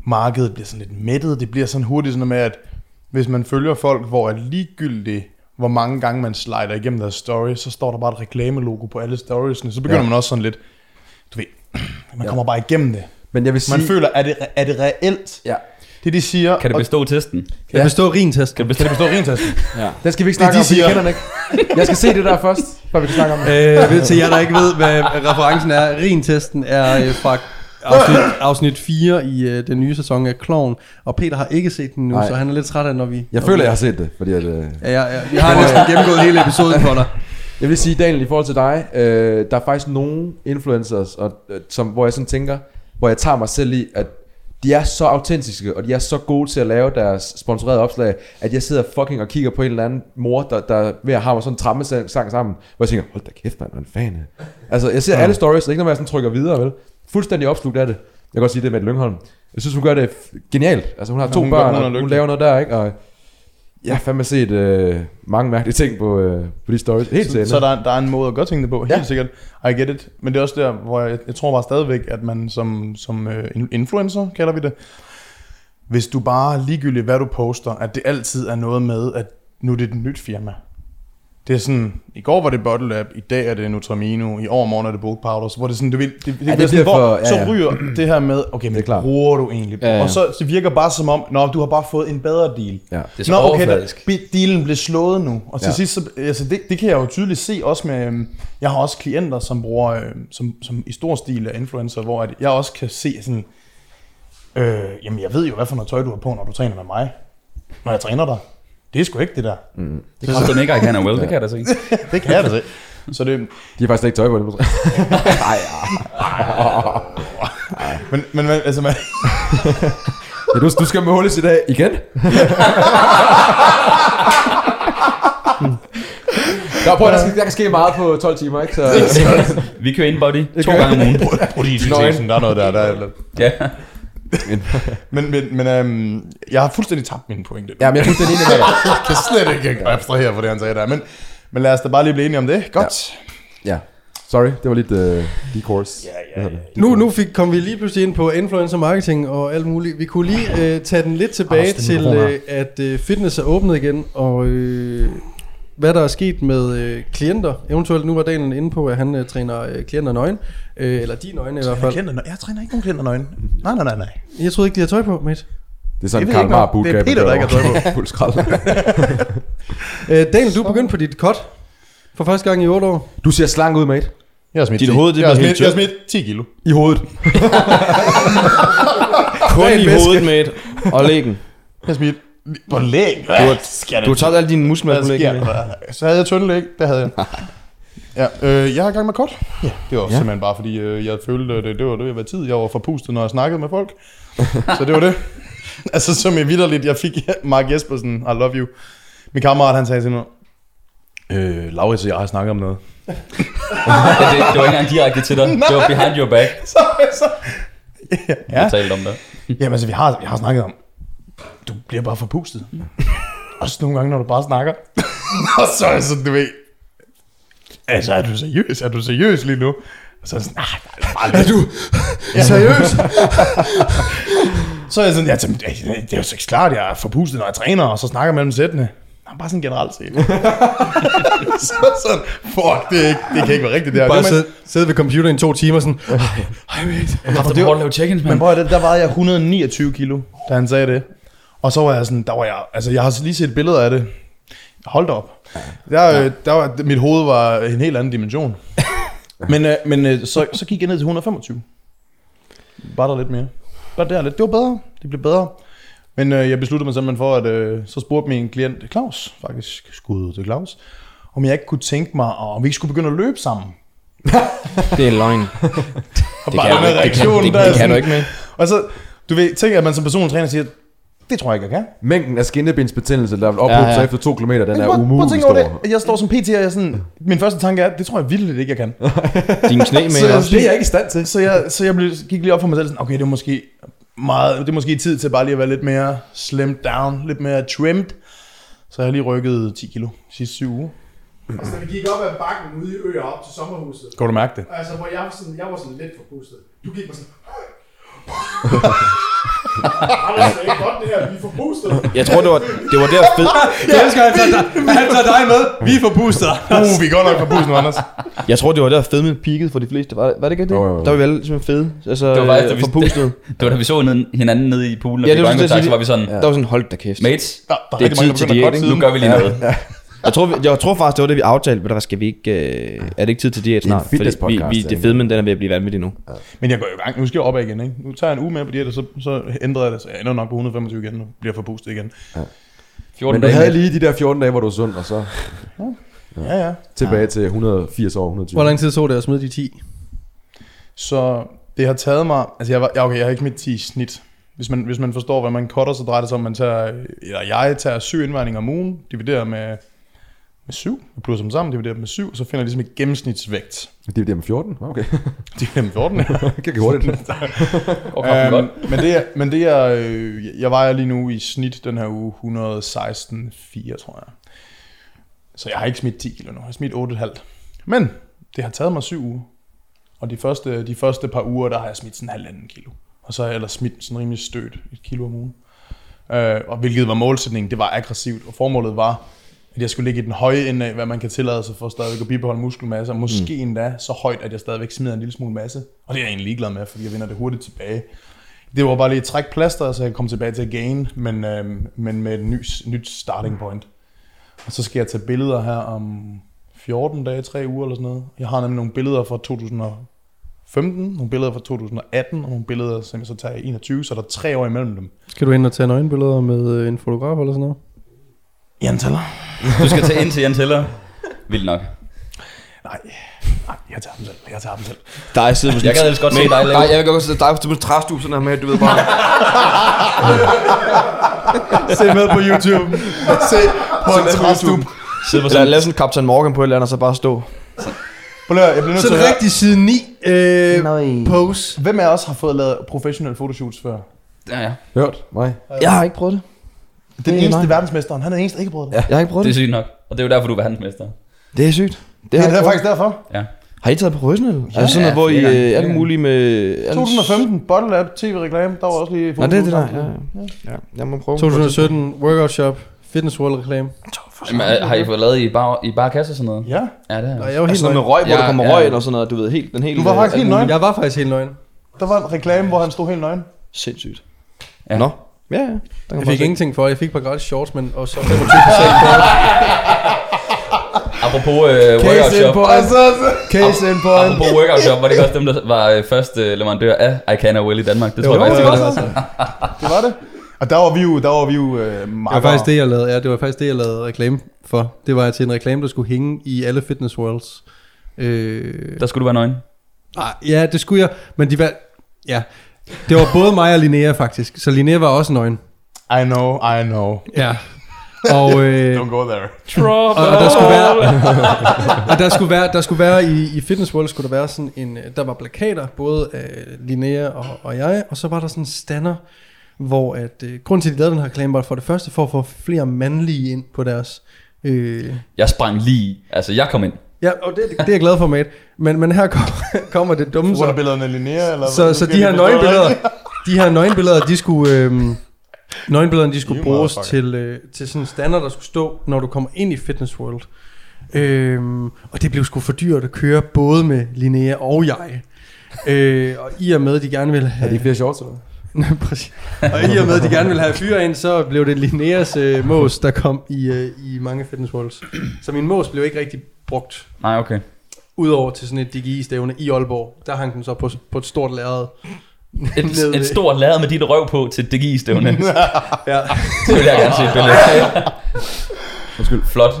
markedet bliver sådan lidt mættet. Det bliver sådan hurtigt sådan noget med, at hvis man følger folk, hvor er ligegyldigt, hvor mange gange man slider igennem deres story, så står der bare et reklamelogo på alle storiesne. Så begynder
Ja.
ja. man også sådan lidt, du ved, man kommer bare igennem det.
Men jeg vil sige...
Man føler, er det, er det reelt?
Ja.
Det de siger,
Kan det bestå testen?
Kan ja. det bestå rintesten?
Kan det bestå?
kan det bestå rintesten?
Den skal vi ikke
Det er de
snakke om, fordi jeg
siger.
kender den ikke. Jeg skal se det der først, før vi kan snakke om det.
Øh, ved til jer, der ikke ved, hvad referencen er. Rintesten er øh, fra afsnit, afsnit 4 i øh, den nye sæson af Kloven. Og Peter har ikke set den nu,
Nej.
så han er lidt træt af, når vi... når
Jeg føler,
vi-
jeg har set det, fordi at... Øh...
Ja, ja, ja, vi har næsten gennemgået hele episoden for dig.
Jeg vil sige, Daniel, i forhold til dig, øh, der er faktisk nogle influencers, og, øh, som, hvor jeg sådan tænker, hvor jeg tager mig selv i, at de er så autentiske, og de er så gode til at lave deres sponsorerede opslag, at jeg sidder fucking og kigger på en eller anden mor, der, der er ved at have sådan en trammesang sang sammen, hvor jeg tænker, hold da kæft, mand, hvad en fan er. Altså, jeg ser alle stories, det er ikke noget, med, at jeg sådan trykker videre, vel? Fuldstændig opslugt af det. Jeg kan godt sige det med Lyngholm. Jeg synes, hun gør det f- genialt. Altså, hun har to
hun gør-
børn,
hun er
og hun
lykkelig.
laver noget der, ikke? Og jeg har fandme set øh, mange mærkelige ting på, øh, på de stories. Helt til
Så,
ende.
så der, der er en måde at godt tænke det på, helt
Ja.
ja. sikkert. I get it. Men det er også der, hvor jeg, jeg tror bare stadigvæk, at man som, som øh, in- influencer, kalder vi det, hvis du bare ligegyldigt, hvad du poster, at det altid er noget med, at nu er det et nyt firma. Det er sådan, i går var det Bottle Lab, i dag er det Nutramino, i overmorgen er det Bulk Powders, hvor det er sådan, du vil, det, det, ja, det
bliver
bliver sådan, hvor,
for- ja,
ja,
ja.
så ryger det her med, okay, men
Det er
det
klart.
bruger du egentlig?
Ja,
Ja,
ja.
ja. Og så det virker bare som om, nå, du har bare fået en bedre deal.
Ja.
Det er så overfladisk.
Der, bi- dealen blev slået nu. Og til
Ja.
ja. sidst, så, altså det, det kan jeg jo tydeligt se også med, øhm, jeg har også klienter, som bruger, øhm, som, som i stor stil er influencer, hvor at jeg også kan se sådan, øh, jamen jeg ved jo, hvad for noget tøj du har på, når du træner med mig. Når jeg træner dig. Det er sgu ikke det der.
Det kan jeg ikke, at han er well, det kan jeg da se.
Det kan jeg da se. Så det,
De har faktisk slet ikke tøj på det.
men, men men, altså, man,
Ja, du, du skal måles i dag igen. Nå, prøv at der, skal, der kan ske meget på 12 timer, ikke? Så,
Vi kører Inbody to gange om ugen.
protein der er noget der. der er,
Ja.
men men, men øhm, jeg har fuldstændig tabt mine pointe.
ja, men jeg er fuldstændig enig med dig.
kan slet ikke abstrahere for det, han sagde der. Men, men lad os da bare lige blive enige om det. Godt.
Ja. Sorry, det var lidt uh, decourse. Ja, ja, ja.
Nu, nu fik, kom vi lige pludselig ind på influencer marketing og alt muligt. Vi kunne lige øh, tage den lidt tilbage
Afstemning
til,
corona.
øh, at øh, fitness er åbnet igen, og øh, hvad der er sket med øh, klienter. Eventuelt nu var Daniel inde på, at han øh, træner øh, klienter nøgen, øh, eller de nøgne i hvert fald.
Jeg, jeg træner ikke nogen klienter nøgne. Nej, nej, nej, nej.
Jeg troede ikke, de havde tøj på, mate.
Det er
Jeg
sådan
ved
Karl
ikke
Marr
noget.
bootcamp.
Det er Peter, der ikke har tøj
på. Fuld skrald.
Øh, Daniel, du begyndte på dit cut for første gang i 8 år.
Du ser slank ud, mate.
Jeg har smidt,
Dit
10,
hoved, det
jeg har
bliver
smidt, jeg
helt
har smidt 10 kilo.
I hovedet.
Kun i
væske.
hovedet, mate. Og lægen.
Jeg har smidt på læg. Du skal
Du har taget alle dine muskler på
Hvad sker
lægen. mate.
der? Så havde jeg tynde læg. Det havde jeg. Ja, øh, jeg har i gang med kort. Ja. Det var ja. simpelthen bare, fordi øh, jeg følte, øh, det, det var det, jeg var tid. Jeg var forpustet, når jeg snakkede med folk. Så det var det. altså, som jeg vidderligt, jeg fik Mark Jespersen, I love you. Min kammerat, han sagde til mig, øh, Laurits og jeg har snakket om noget.
Ja, det, det var ikke engang direkte til dig. Det var behind your back,
så, så.
ja.
Ja.
jeg talte om det.
Jamen altså, vi har, vi har snakket om, du bliver bare forpustet. Også nogle gange, når du bare snakker. Mm. og så er sådan, du ved, altså er du seriøs? Er du seriøs lige nu? Og så er jeg sådan, nej, bare lidt. Er du seriøs? så er jeg sådan, ja, jamen, det er jo så klart, jeg er forpustet, når jeg træner, og så snakker mellem sættene. Nej, bare sådan generelt set. så sådan, fuck, det, er ikke, det kan ikke være rigtigt det her.
Bare
Det var-
sidde, sidde ved computeren i to timer sådan,
Jeg har prøvet at lave check-ins,
Men
mand.
prøv at høre, der vejede jeg 129 kilo, da han sagde det. Og så var jeg sådan, der var jeg, altså jeg har lige set billeder af det. Hold da op. Der, øh, der var, mit hoved var en helt anden dimension. men øh, men øh, så, så gik jeg ned til 125. Bare der lidt mere. Bare der lidt. Det var bedre. Det blev bedre. Men øh, jeg besluttede mig simpelthen for, at øh, så spurgte min klient Claus, faktisk skud til Claus, om jeg ikke kunne tænke mig, om vi ikke skulle begynde at løbe sammen.
Det er en løgn.
Og
Det kan,
bare
du
den her
ikke, det, kan,
reaktion,
det,
der er
det kan du
sådan-
ikke, mate.
og så, du ved, tænk, at man som personlig træner siger, det tror jeg ikke, jeg kan.
Mængden af skinnebensbetændelse, der ophober ja,
Ja,
ja.
ja.
sig efter to kilometer, den er
prøv, prøv at
umulig
tænke over
stor.
det. At Jeg står som PT, og jeg er sådan, min første tanke er, det tror jeg virkelig ikke, jeg kan.
Din knæ,
Så jeg-
mate.
Det er jeg ikke i stand til.
Så jeg, så jeg blev, gik lige op for mig selv, sådan, okay, det er måske meget, det er måske tid til bare lige at være lidt mere slimmed down, lidt mere trimmed. Så jeg har lige rykket 10 kilo de sidste syv uger.
Altså, da vi gik op ad bakken ude i øer op til sommerhuset,
Kan du mærke det?
altså, hvor jeg var sådan, jeg var sådan lidt forpustet. Du gik mig sådan... Anders, det er ikke godt det her, vi er forpustet.
Jeg tror, det var, det var der fed...
Jeg elsker, at han tager, han tager dig med. Vi er forpustet. Uh, vi er godt nok forpustet, Anders.
Jeg tror, det var der fedme peakede for de fleste. Var, var det ikke det?
Jo, jo, jo.
Der var vi alle simpelthen fede. Altså,
Det var faktisk, da vi-
forpustede.
Det var da vi så ned- hinanden nede i poolen, og
Ja,
ja,
det
det
var
var
sådan, jeg
så
siger-
var vi sådan,
Der var sådan, hold da kæft.
mates,
Der, der er,
Det er
rigtig mange,
tid til
der begynder
diæt,
at
ikke?
nu gør vi lige noget.
Jeg tror, vi- jeg tror faktisk, det var det, vi aftalte, men der var, skal vi ikke... Øh, er det ikke tid til diæt
er en
snart? Fordi
fitnesspodcast,
vi, vi, det
ikke?
fede, men den er ved at blive vanvittig nu.
Men jeg går jo i gang. Nu skal jeg op ad igen, ikke? Nu tager jeg en uge med på det, og så, så ændrer jeg det. Så jeg ender nok på 125 igen, og bliver forpustet igen.
14
Men du
dage
havde
med.
lige de der 14 dage, hvor du var sund, og så
Ja, ja.
tilbage til 180 år, 120.
Hvor lang tid så det at smide de 10?
Så det har taget mig... Altså, jeg var, ja, okay, jeg har ikke mit 10 i snit. Hvis man, hvis man forstår, hvad man cutter, så drejer det sig om, man tager... Eller jeg tager syv indvejninger om ugen, dividerer med, med syv, jeg plusser dem sammen, dividerer dem med syv, så finder jeg ligesom et gennemsnitsvægt.
Det er det om 14? Okay,
Det er dem 14.
det gik hurtigt.
Går kroppen godt.
Øhm, men det er, men det er, øh, jeg vejer lige nu i snit den her uge 116,4, tror jeg. Så jeg har ikke smidt 10 kilo nu, jeg har smidt 8,5. Men det har taget mig 7 uger. Og de første, de første par uger, der har jeg smidt sådan halvanden kilo. Og så har jeg ellers smidt sådan rimelig stødt et kilo om ugen. Øh, og hvilket var målsætningen, det var aggressivt. Og formålet var, at jeg skulle ligge i den høje ende af, hvad man kan tillade sig for stadigvæk at bibeholde muskelmasse. Og måske mm. endda så højt, at jeg stadigvæk smider en lille smule masse. Og det er jeg egentlig ligeglad med, fordi jeg vinder det hurtigt tilbage. Det var bare lige et træk plaster, så jeg kom tilbage til at gain, men, øh, men med et ny, nyt starting point. Og så skal jeg tage billeder her om 14 dage, 3 uger eller sådan noget. Jeg har nemlig nogle billeder fra 2015, nogle billeder fra 2018, og nogle billeder, som jeg så tager i 21, så der er tre år imellem dem.
Skal du ind og tage nøgenbilleder med øh, en fotograf eller sådan noget?
Jan Teller?
Du skal tage ind til Jan Teller. Vildt nok.
Nej, nej, jeg tager dem selv. Jeg tager dem selv.
Dig sidder på
Jeg gad ellers godt se dig lave.
Nej, jeg kan godt se dig på træstup, sådan her med, du ved bare...
Se med på YouTube. Se på en træstup.
sidde på sådan... Lave sådan Captain Morgan på et eller andet, og så bare stå.
Prøv lige at høre, jeg bliver nødt til
Sådan
at
en
høre.
rigtig side 9 øh, pose.
Hvem af os har fået lavet professionelle fotoshoots før?
Ja, ja.
Hørt mig?
Jeg har ikke prøvet det. Det
Den
er
eneste
mig.
verdensmesteren, han er den eneste, der ikke har prøvet det.
Jeg har ikke prøvet
Det
det.
er sygt nok. Og det er jo derfor, du er verdensmester.
Det er sygt.
Det
har jeg
er, det er
ikke
faktisk derfor.
prøvet. Har I taget på røsen, eller? Ja, altså sådan noget, hvor I
flere gange.
øh, alt muligt med... alt-
2015, Bottle App, tv-reklame, der var også lige
Nå, det er det der.
fotoshoots.
Ja, ja. ja. Jeg må prøve.
2017, workout shop, fitness world reklame.
Jamen, har I fået lavet i bar, i bar kasse og sådan noget?
Ja,
Ja, det er
Og jeg var
Altså
helt
sådan noget
nøgen.
med røg, hvor
Ja,
der kommer
ja.
røg eller sådan noget, du ved, helt, den helt...
Du var
øh,
faktisk
alt
helt
muligt.
nøgen.
Jeg var faktisk helt nøgen.
der var en reklame, hvor han stod helt nøgen.
Sindssygt.
Ja.
Nå. Ja, ja. Der kan
Jeg
man
altså-
fik
se.
ingenting for det. Jeg fik bare gratis shorts, men og så
Apropos øh, workout
Case in
shop.
point. Case
Altså,
in point.
Apropos workout shop, var det ikke også dem, der var øh, første leverandør af Icana Will i Danmark? Det tror jeg
Jo,
faktisk,
det
det
var
var.
Det var det. Og der var vi jo, der var vi jo øh,
Det var faktisk det, jeg lavede. Ja, det var faktisk det, jeg lavede reklame for. Det var til en reklame, der skulle hænge i alle fitness worlds. Øh,
Der skulle du være nøgen.
nej, Ah, ja, det skulle jeg, men de var... Ja, det var både mig og Linnea faktisk. Så Linnea var også nøgen.
I know, I know.
Ja. Og, øh,
Don't go there.
og, og der skulle være, og der skulle være, der skulle være i, i Fitness World skulle der være sådan en, øh, der var plakater, både af Linnea og, og jeg, og så var der sådan en stander, hvor at, øh, grunden til, at de lavede den her reklame, var for det første for at få flere mandlige ind på deres... Øh,
Jeg sprang lige i. Altså, jeg kom ind.
ja, og det, det er jeg glad for, mate. Men, men her kom, kommer det dumme,
Så var der
så,
billederne af Linnea, eller hvad?
så, så de her nøgenbilleder, de her nøgenbilleder, de skulle... Øh, Nøgenbillederne de skulle
You
bruges
motherfucker.
til, øh, til sådan en standard, der skulle stå, når du kommer ind i Fitness World. Øhm, og det blev sgu for dyrt at køre både med Linnea og jeg. Øh, og i og med, at de gerne ville
Er
have...
det flere shorts eller?
Præcis. og i og med, at de gerne ville have fyre ind, så blev det Linneas øh, mås, der kom i, øh, i mange Fitness Worlds. Så min mås blev ikke rigtig brugt.
Nej, okay.
Udover til sådan et DGI-stævne i Aalborg. Der hang den så på, på et stort lærred.
Et,
Ned ved-
et stort lærred med dit røv på til DGI-stævne.
Ja.
Det vil jeg gerne se et billede. Undskyld. Flot.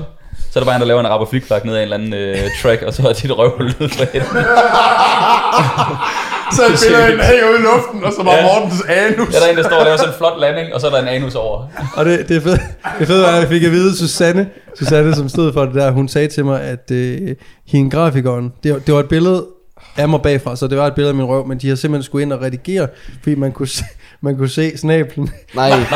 Så er der bare en, der laver en rapper flikflak ned ad en eller anden øh, track, og så er dit røv lød fra et.
Så et billede af en hænger ude i luften, og så var
Ja.
Mortens anus.
Ja, der er en, der står og laver sådan en flot landing, og så er der en anus over.
Og det, det, fede, det fede var, at jeg fik at vide, Susanne, Susanne, som stod for det der, hun sagde til mig, at øh, hende grafikeren, det, var- det var et billede af mig bagfra, så det var et billede af min røv, men de har simpelthen skulle ind og redigere, fordi man kunne se, man kunne se snablen.
Nej. Ej, det,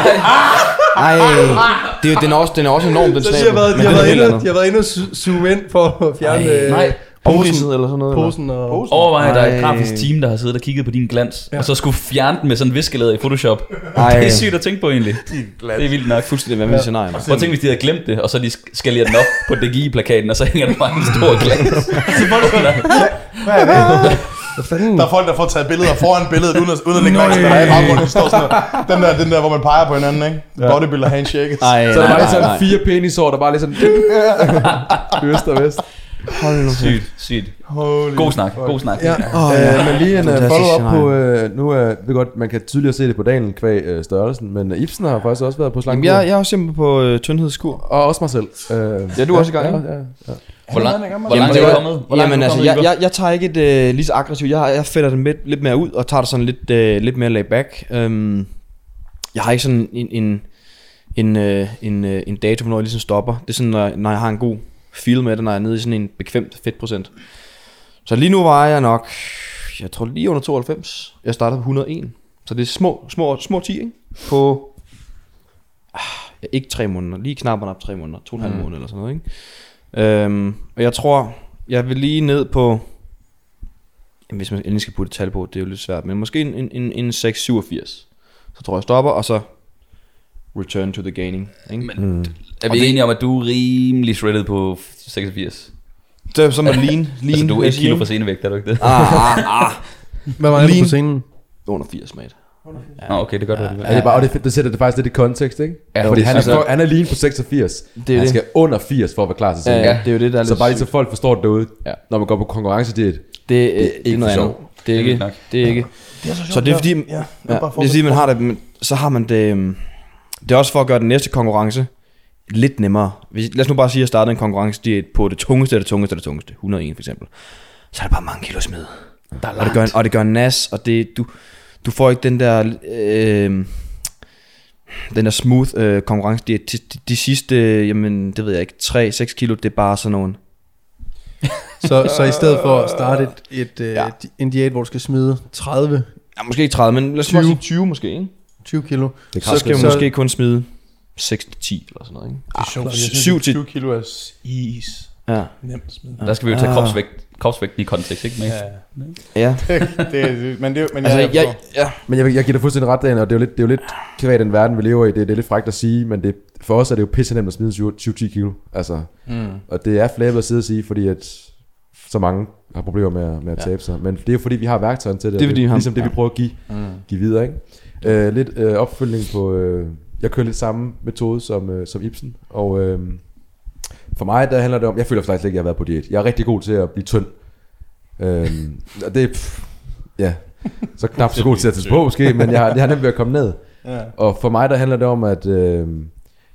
er- den, er også, den er også enorm, den
Så
snabel.
de har været,
men
de har
den
været
er helt
inde,
andet.
de har været inde og su- zoome ind for at fjerne øh,
Nej,
Posen eller sådan noget. eller?
posen og... Posen.
overvej, der er et
Ej.
grafisk team, der har siddet og kigget på din glans, ja. og så skulle fjerne den med sådan en viskelæder i Photoshop.
Ej,
Det er sygt at tænke på egentlig. Det er vildt nok.
fuldstændig vanvittigt scenarie. mand.
Prøv at tænke, hvis de havde glemt det, og så de sk- skalerer den op på DGI-plakaten, og så hænger der bare en stor glans. Så folk der,
Hvad fanden?
Mm.
Der er folk, der får taget billeder foran billedet, uden at, uden at lægge mærke til, at der er i baggrunden. Der står sådan noget. Den der, den der, hvor man peger på hinanden, ikke? Bodybuilder handshake.
Ej,
Så er der
nej,
bare
nej,
lige sådan
nej.
fire penisår, der bare lige sådan... Øst og vest.
Hold nu.
sygt, sygt.
Holy
God snak, god snak.
Ja.
Oh, øh, men lige en uh,
Fantastisk
follow-up
scenarie.
på, øh, nu er det godt, man kan tydeligere se det på dagen kvæg øh, størrelsen, men øh, Ibsen har faktisk også været på
Jamen,
slangen.
jeg, jeg er også simpelthen på øh, tyndhedskur.
Og også mig selv. Øh,
Ja, du er også i gang, ikke?
Ja, ja, ja.
Hvor langt, hvor
Jamen,
langt
det
er du
var-
kommet? Hvor langt er
Jamen
du
altså,
kommet,
jeg,
Iver?
jeg, jeg tager ikke et øh, lige så aggressivt. Jeg, jeg fælder den lidt, lidt mere ud og tager det sådan lidt, øh, lidt mere laid back. Øhm, jeg har ikke sådan en, en, en, øh, en, øh, en dato, hvornår jeg ligesom stopper. Det er sådan, når, når jeg har en god feel med det, når jeg er nede i sådan en bekvemt fedtprocent. Så lige nu vejer jeg nok, jeg tror lige under 92. Jeg startede på 101. Så det er små, små, små 10, ikke? På ah, ja, ikke tre måneder, lige knap og nap tre måneder, to og en halv
Mm.
måned eller sådan noget, ikke? Øhm, og jeg tror, jeg vil lige ned på, jamen, hvis man endelig skal putte et tal på, det er jo lidt svært, men måske en, en, en, en 687. Så tror jeg, jeg stopper, og så return to the gaining, ikke? Men,
Mm.
Er vi enige om, at du er rimelig shredded på 86?
det er som at lean, lean.
Altså, du er et kilo
ikke?
for senevægt, er du ikke det?
Ah, ah, ah.
Hvad var det
Lean.
på scenen?
Under 80, mate.
Nå, okay, det er godt, at du
Ja, Altså, det, er bare, og det, er fedt, det sætter det faktisk lidt i kontekst, ikke?
Ja,
Fordi
det
han er,
synes jeg.
for, han er lige på 86.
er
Det han
det.
skal under 80 for at være klar til
Ja,
sådan.
ja, det er jo det, der er
Så
lidt
bare lige så
sygt.
folk forstår det derude,
Ja.
ja. når man går på konkurrencediet.
Det, det, er
ikke
det er noget
for
andet.
sjov.
Det er
Det er
ikke,
nok.
det er ikke.
Det er
Så det er fordi, ja,
Ja,
det
bare
er fordi man har det, men så har man det, øhm, det er også for at gøre den næste konkurrence lidt nemmere. Hvis, lad os nu bare sige, at jeg startede en konkurrence diæt på det tungeste af det tungeste af det tungeste, 101 for eksempel. Så er det bare mange kilo smed. Der og, det gør, en- og det gør en nas, og det, du, du får ikke den der, øh, den der smooth øh, konkurrence diæt. De, de, de sidste, øh, jamen det ved jeg ikke, 3-6 kilo, det er bare sådan nogle
Så, så i stedet for at starte et, et, øh,
Ja.
di- en diæt, hvor du skal smide 30,
Ja, måske ikke 30, men lad os bare
20.
sige 20 måske, ikke?
20 kilo,
Det
Så skal man måske kun smide 6-10 eller sådan noget, ikke?
det er sjovt.
Ah, Jeg synes,
7 til-
20 kilo er is.
Ja.
Nemt smidt.
Der skal vi jo tage
Ah.
kropsvægt, kropsvægten i kontekst, ikke? Mads?
Ja,
det, er, det- men det, men
altså
jeg,
jeg,
jeg,
ja.
Men jeg, jeg giver dig fuldstændig ret, Dan, og det er jo lidt, det er jo lidt privat den verden, vi lever i. Det, det er lidt frækt at sige, men det, for os er det jo pisse nemt at smide 20-10 kilo. Altså,
Mm.
og det er flabet at sidde og sige, fordi at så mange har problemer med, at- med at
Ja.
tabe sig. Men det er jo fordi, vi har værktøjen til det. og
Det er fordi,
det,
ham-
ligesom det, vi
ja.
prøver at give,
Mm.
give videre. Ikke? Øh, lidt øh, opfølgning på... Øh, jeg kører lidt samme metode som, øh, som Ibsen, og øh, for mig der handler det om... Jeg føler faktisk ikke, at jeg har været på diæt. Jeg er rigtig god til at blive tynd. Øh, og det er... Pff, ja, så knap så god til at tage på måske, men jeg har, jeg har nemt ved at komme ned.
ja.
Og for mig der handler det om, at øh,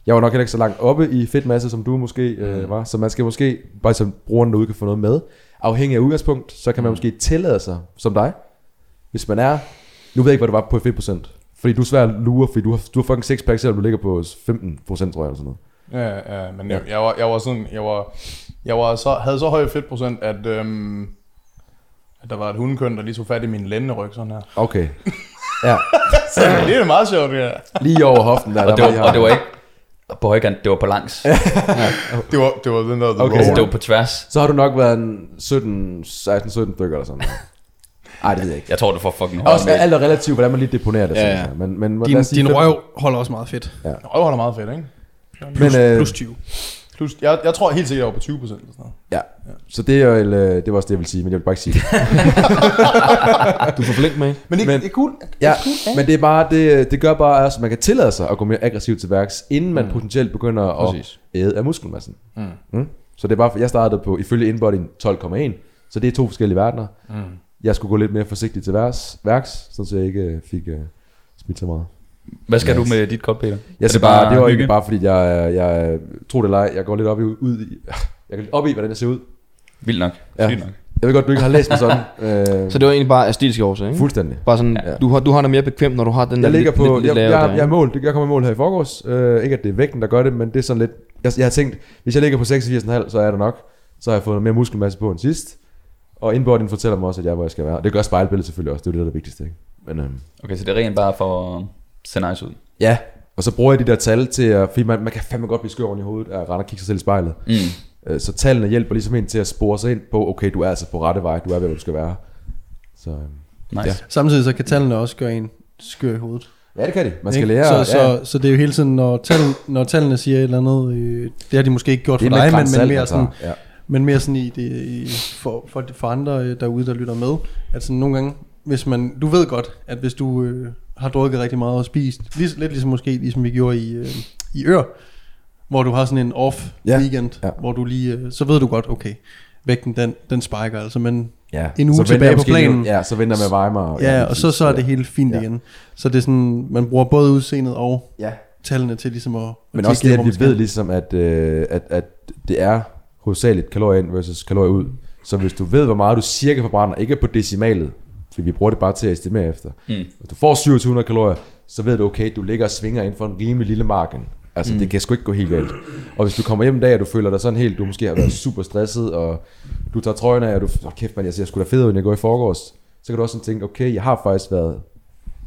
jeg var nok heller ikke så langt oppe i fedtmasse, som du måske øh, var. Så man skal måske, bare som brugeren derude kan få noget med, afhængig af udgangspunkt, så kan man måske tillade sig, som dig, hvis man er, nu ved jeg ikke, hvad du var på i fedtprocent. Fordi du er svær at lure, fordi du har, du har fucking sexpack, selvom du ligger på 15 procent, tror jeg, eller sådan noget.
Ja, ja, men jeg, jeg, var, jeg var sådan, jeg var, jeg var så, havde så høj fedtprocent, at, øhm, at der var et hundekøn, der lige tog fat i min lænderyg sådan her.
Okay. Ja,
Så det er da meget sjovt, det her.
lige over hoften der.
Og
der
det var, og det var
ikke...
ikke på højkant, det var på langs.
Det var, det var den der, the
Okay.
Altså,
roll.
det var på tværs.
Så har du nok været en 17, 16, 17 stykker eller sådan noget. Ej, det ved jeg ikke.
Jeg tror, det får fucking højt.
Også alt er relativt, hvordan man lige deponerer det.
Ja,
sådan
ja.
her. Men, men, lad
Din,
os sige
din
fem-
røv holder også meget fedt.
Røv var da meget fedt, ikke?
men, øh,
Plus 20.
Plus, jeg, jeg tror helt sikkert, jeg var på 20 procent eller sådan noget.
Så det, er, jo, øh, det var også det, jeg ville sige, men jeg vil bare ikke sige det.
Du får blink med.
Men det,
Men-
det er cool.
Ja, men det, er bare, det, det gør bare, at man kan tillade sig at gå mere aggressivt til værks, inden man mm. potentielt begynder at
Præcis.
æde af muskelmassen. Mm. Mm. Så det er bare, for jeg startede på, ifølge Inbody, 12,1, så det er to forskellige verdener. Mm. Jeg skulle gå lidt mere forsigtigt til værks, værks sådan så jeg ikke øh, fik uh, smidt så meget.
Hvad skal du med dit kort, Peter?
Jeg
Er
det, bare, det var
hygge?
ikke bare, fordi jeg, øh, jeg tro det eller ej, jeg går lidt op i, ud i, jeg går lidt op i, hvordan jeg ser ud.
Vildt nok.
Ja.
Sygt nok.
Jeg ved godt, du ikke har læst mig sådan. øh,
Så det var egentlig bare æstetiske årsager, ikke?
fuldstændig.
Bare sådan,
Ja.
du, har, du har noget mere bekvemt, når du har den der
Jeg ligger
lidt,
på,
lidt, lidt
jeg, jeg,
lavere
jeg,
der,
jeg, er
ikke?
mål, det, jeg kommer i mål her i forgårs. Øh, ikke at det er vægten, der gør det, men det er sådan lidt... Jeg, jeg har tænkt, hvis jeg ligger på 86,5, så er det nok. Så har jeg fået mere muskelmasse på end sidst. Og indbordien fortæller mig også, at jeg er, hvor jeg skal være. Det gør spejlbilledet selvfølgelig også, det er jo det, der er det vigtigste. Ikke? Men øhm,
Okay, så det er rent bare for at se nice ud.
ja, Og så bruger jeg de der tal til at, fordi man, man kan fandme godt blive skør oven i hovedet af at rende og kigge sig selv i spejlet. Mm. Øh, Så tallene hjælper ligesom en til at spore sig ind på, okay, du er altså på rette vej, du er, hvad du skal være. Så, øhm,
Nice. Ja.
Samtidig så kan tallene også gøre en skør i hovedet.
ja, det kan de. Man skal
ikke?
lære.
så, så,
ja,
så, det er jo hele tiden, når, tal, når tallene siger et eller andet, øh, det har de måske ikke gjort
det
for
er
dig,
lidt
men, men
kransalt,
mere
altså.
sådan,
Ja.
Men mere sådan i, det, i for, for, for andre øh, derude, der lytter med, at sådan nogle gange, hvis man, du ved godt, at hvis du øh, har drukket rigtig meget og spist, lige, lidt ligesom måske, ligesom vi gjorde i, øh, i Ør, hvor du har sådan en off
Ja,
weekend,
ja.
hvor du lige, øh, så ved du godt, okay, vægten den, den spiker altså, men
Ja.
En uge
venter
tilbage
jeg
på
måske
planen.
lige- Ja, så venter man Weimar. og-
ja, og
præcis.
så, så er det helt fint
Ja.
ja. igen. Så det er sådan, man bruger både udseendet og
Ja.
tallene til ligesom at...
Men
at
også det,
kigge, hvor
at
man
vi
skal.
ved ligesom, at, øh, at, at det er hovedsageligt kalorier ind versus kalorier ud. Så hvis du ved, hvor meget du cirka forbrænder, ikke på decimalet, for vi bruger det bare til at estimere efter. Mm. Hvis du får 2700 kalorier, så ved du, okay, du ligger og svinger inden for en rimelig lille margen. Altså, mm. det kan sgu ikke gå helt galt. Og hvis du kommer hjem en dag, og du føler dig sådan helt, du måske har været super stresset, og du tager trøjen af, og du, oh, kæft man, jeg ser sgu da fed ud, end jeg går i forgårs, så kan du også sådan tænke, okay, jeg har faktisk været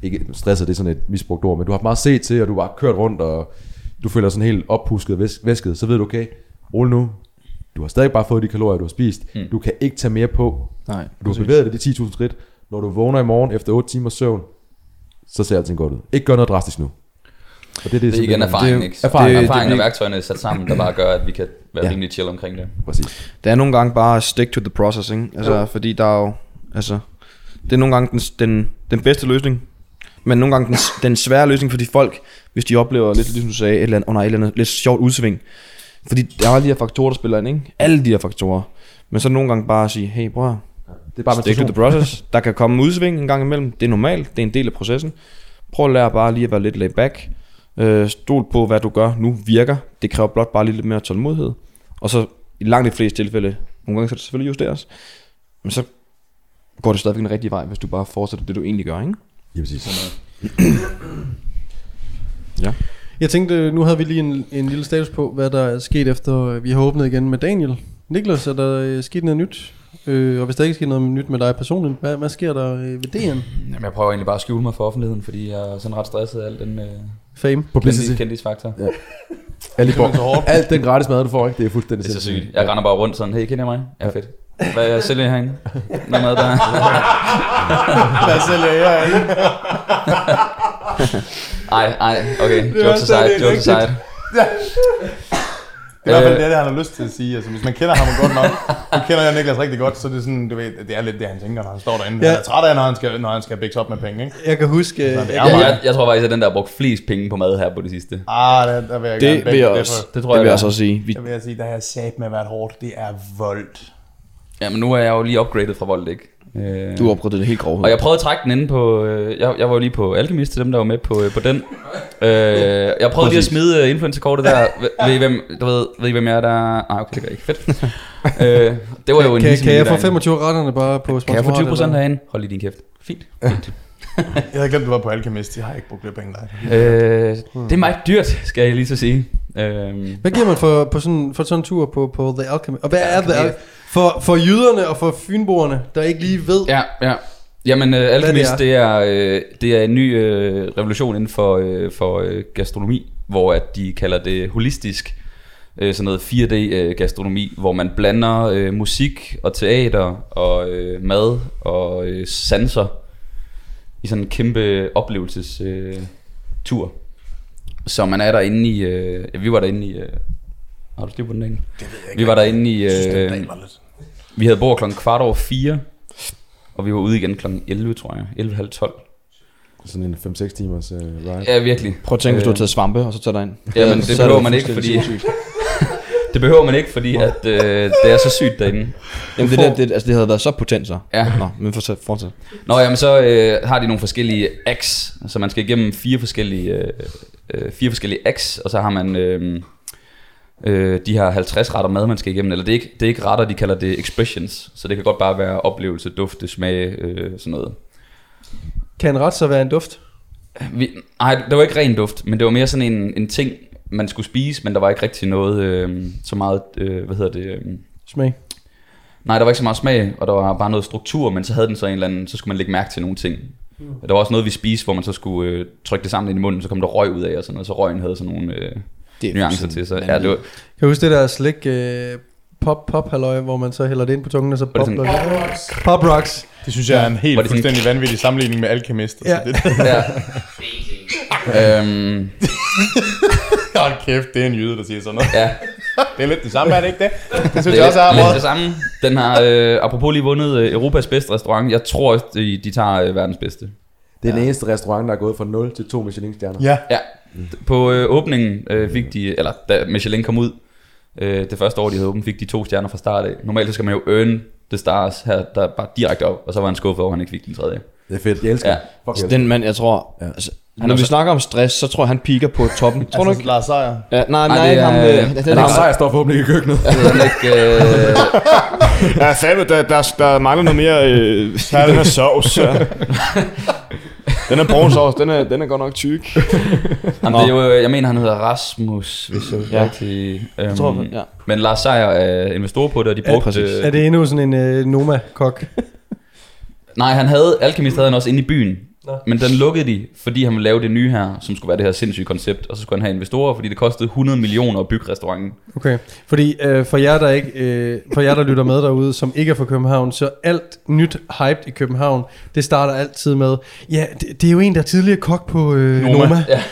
ikke stresset, det er sådan et misbrugt ord, men du har haft meget set til, og du har kørt rundt, og du føler sådan helt oppusket og væs- væsket, så ved du, okay, rolig nu, du har stadig bare fået de kalorier, du har spist, mm. du kan ikke tage mere på,
Nej,
du har bevæget dig de 10.000 skridt, når du vågner i morgen efter 8 timers søvn, så ser alting godt ud. Ikke gør noget drastisk nu. Og det, er det,
Det er
som
igen
man-
erfaring,
det,
ikke? Så
Erfaring,
erfaring,
det,
erfaring og
det,
værktøjerne sat sammen, der bare gør, at vi kan være
Ja.
rimelig chill omkring det.
det, præcis.
Det er nogle gange bare stick to the process, ikke? Altså, ja. fordi der er jo, altså, det er nogle gange den, den, den bedste løsning, men nogle gange den, den svære løsning for de folk, hvis de oplever lidt, ligesom du sagde, et eller andet, oh nej, et eller andet lidt sjovt udsving. Fordi der er alle de her faktorer, der spiller ind, ikke? Alle de her faktorer. Men så nogle gange bare at sige, hey bror,
det er bare
stick to the
menstruation.
process. Der kan komme udsving en gang imellem. Det er normalt. Det er en del af processen. Prøv at lære bare lige at være lidt laid back. Øh, stol på, hvad du gør nu virker. Det kræver blot bare lige lidt mere tålmodighed. Og så i langt de fleste tilfælde, nogle gange skal det selvfølgelig justeres, men så går det stadigvæk den rigtige vej, hvis du bare fortsætter det, du egentlig gør, ikke?
Ja, præcis.
Jeg tænkte, nu havde vi lige en, en lille status på, hvad der er sket efter, øh, vi har åbnet igen med Daniel. Niklas, er der øh, sket noget nyt? Øh, og hvis der ikke sker noget nyt med dig personligt, hvad, hvad sker der øh, ved DN?
Jamen, jeg prøver egentlig bare at skjule mig for offentligheden, fordi jeg er sådan ret stresset af al den øh,
Fame?
Publicity.
kendis- kendisfaktor.
Ja. Alt, i bor- alt den gratis mad, du får, ikke? Det er fuldstændig
Det er så
sindssygt.
sygt. Jeg render bare rundt sådan, hey, kender I mig? Ja, fedt. Hvad jeg sælger I herinde? Noget mad der.
Hvad sælger jeg ikke?
Ej, ej, okay.
er
Jokes
også
aside,
det, det er
jokes aside.
Det er i hvert
Øh.
fald det, det, han har lyst til at sige. Altså, hvis man kender ham godt nok, nu kender jeg Niklas rigtig godt, så er det sådan, du ved, det er lidt det, han tænker, når han står derinde. Ja.
Ja.
Han er træt af, når han skal, når han skal bækse op med penge, ikke?
Jeg kan huske... Øh,
det er
Jeg,
mig.
jeg, jeg tror faktisk, at den, der har brugt flest penge på mad her på det sidste.
Ah, der, der vil jeg gerne
Det vil
bække
jeg
det
også,
for.
Det
det
tror
vil
jeg,
jeg altså
det
også sige. Vi,
Der vil jeg sige, der har jeg sat med at være hårdt. Det er voldt.
Ja, men nu er jeg jo lige upgraded fra Volt, ikke? Øh,
du har opgået det helt grove.
Og jeg prøvede at trække den inde på... Øh, jeg, jeg var jo lige på Alchemist til dem, der var med på, øh, på den. Øh, jeg prøvede lige at smide øh, influencerkortet der. Ved, ved, I, hvem, du ved, ved I, hvem jeg er der? Nej, okay, det gør jeg ikke. Fedt. øh, det var jo en
kan,
lille
kan jeg få
derinde.
25 retterne bare på
Kan jeg få 20
sponsoratet,
herinde? Hold lige din kæft. Fint.
Jeg havde glemt, du var på Alchemist. Jeg har ikke brugt flere penge end dig.
øh, det er meget dyrt, skal jeg lige så sige. Øh,
eller? Hvad giver man for, på sådan, for sådan en tur på, på The Alchemy? Og hvad er The Alchemy? For, for jyderne og for fynboerne, der ikke lige ved...
Ja, ja. Jamen, øh, Alchemist,
Hvad
det er, øh, det er en ny øh, revolution inden for, øh, for øh, gastronomi, hvor at de kalder det holistisk, øh, sådan noget 4D-gastronomi, hvor man blander øh, musik og teater og øh, mad og øh, sanser i sådan en kæmpe oplevelses øh, tur. Så man er derinde i... Øh, ja, vi var derinde i... Øh, har du styr på den dag? Vi var derinde i... Øh, vi havde bord klokken kvart over fire, og vi var ude igen klokken 11, tror jeg. 11, halv 12.
Sådan en 5-6 timers uh, ride.
Ja, virkelig.
Prøv at tænke, hvis du har taget svampe, og så tager dig ind.
Jamen, Øh, det
Så er
behøver man ikke,
fuldstændig
fordi-
sindssygt.
Det behøver man ikke, fordi at, øh, det er så sygt derinde.
Jamen, det, der, det, altså, det havde været så potent, så.
Ja.
Nå, men fortsæt. fortsæt.
Nå, jamen så øh, har de nogle forskellige acts, så man skal igennem fire forskellige, øh, øh, fire forskellige acts, og så har man øh, øh, de her 50 retter mad, man skal igennem. Eller det er, ikke, det er ikke retter, de kalder det expressions, så det kan godt bare være oplevelse, dufte, smage, øh, sådan noget.
Kan en ret så være en duft?
Vi, nej, det var ikke ren duft, men det var mere sådan en, en ting, man skulle spise, men der var ikke rigtig noget, øh, så meget, øh, hvad hedder det... Øh,
Smag.
Nej, der var ikke så meget smag, og der var bare noget struktur, men så havde den så en eller anden, så skulle man lægge mærke til nogle ting. Der var også noget, vi spiste, hvor man så skulle øh, trykke det sammen ind i munden, så kom der røg ud af og sådan noget. Så røgen havde sådan nogle øh,
Det er
nuancer
fuldstændig
til sig. Ja, det var,
Kan du huske det der slik øh, pop pop halløj, hvor man så hælder det ind på tungen, og så
det sådan-
bobler det?
øh,
Pop rocks.
Det synes jeg er en
Var
helt
det sådan-
fuldstændig vanvittig sammenligning med Alchemist.
Ja.
Altså, det,
ja. øhm,
hold kæft, det er en jyde, der siger sådan noget.
ja.
Det er lidt det samme, er det ikke det? Det synes
Det er
jeg også er
lidt, lidt
meget.
det samme. Den har, øh, apropos lige vundet øh, Europas bedste restaurant. Jeg tror, at de, de tager øh, verdens bedste.
Det er den eneste restaurant, der er gået fra 0 til 2 Michelin-stjerner.
Ja.
Ja, på øh, åbningen øh, fik de, eller da Michelin kom ud, øh, det første år, de havde åbent, fik de to stjerner fra start af. Normalt så skal man jo earn the stars her, der bare direkte op, og så var han skuffet over, at han ikke fik den tredje.
Det er fedt. Jeg elsker
Ja.
det. Fuck, jeg
Så
elsker
den mand, jeg tror... Ja. Altså,
Han
når
er
vi
så-
snakker om stress, så tror jeg, han piker på toppen. tror du
Altså,
ikke?
Lars Seier.
Ja, nej, nej,
det
det
er-
er, ham, øh,
er
det
det
er
det.
ham,
Lars Seier står forhåbentlig i køkkenet.
Så han ikke, øh,
Ja, fandme, der, der, der mangler noget mere øh, i den her
oh,
sovs. Ja. Den her brun sovs, den er, den er godt nok tyk.
jamen, det er jo, øh, jeg mener, han hedder Rasmus, hvis jeg
Ja.
ja. rigtig, øhm,
tror jeg, ja.
Men Lars Seier er investor på det, og de brugte...
præcis.
øh,
Er det endnu sådan en øh, Noma-kok?
Nej, han havde, Alchemist havde han også inde i byen. Nå. Men den lukkede de, fordi han ville lave det nye her, som skulle være det her sindssyge koncept. Og så skulle han have investorer, fordi det kostede 100 millioner at bygge restauranten.
Okay, fordi øh, for, jer, der ikke, øh, for jer, der lytter med derude, som ikke er fra København, så alt nyt hyped i København, det starter altid med, ja, det, det er jo en, der er tidligere kok på øh, Noma.
Noma.
Noma. Ja.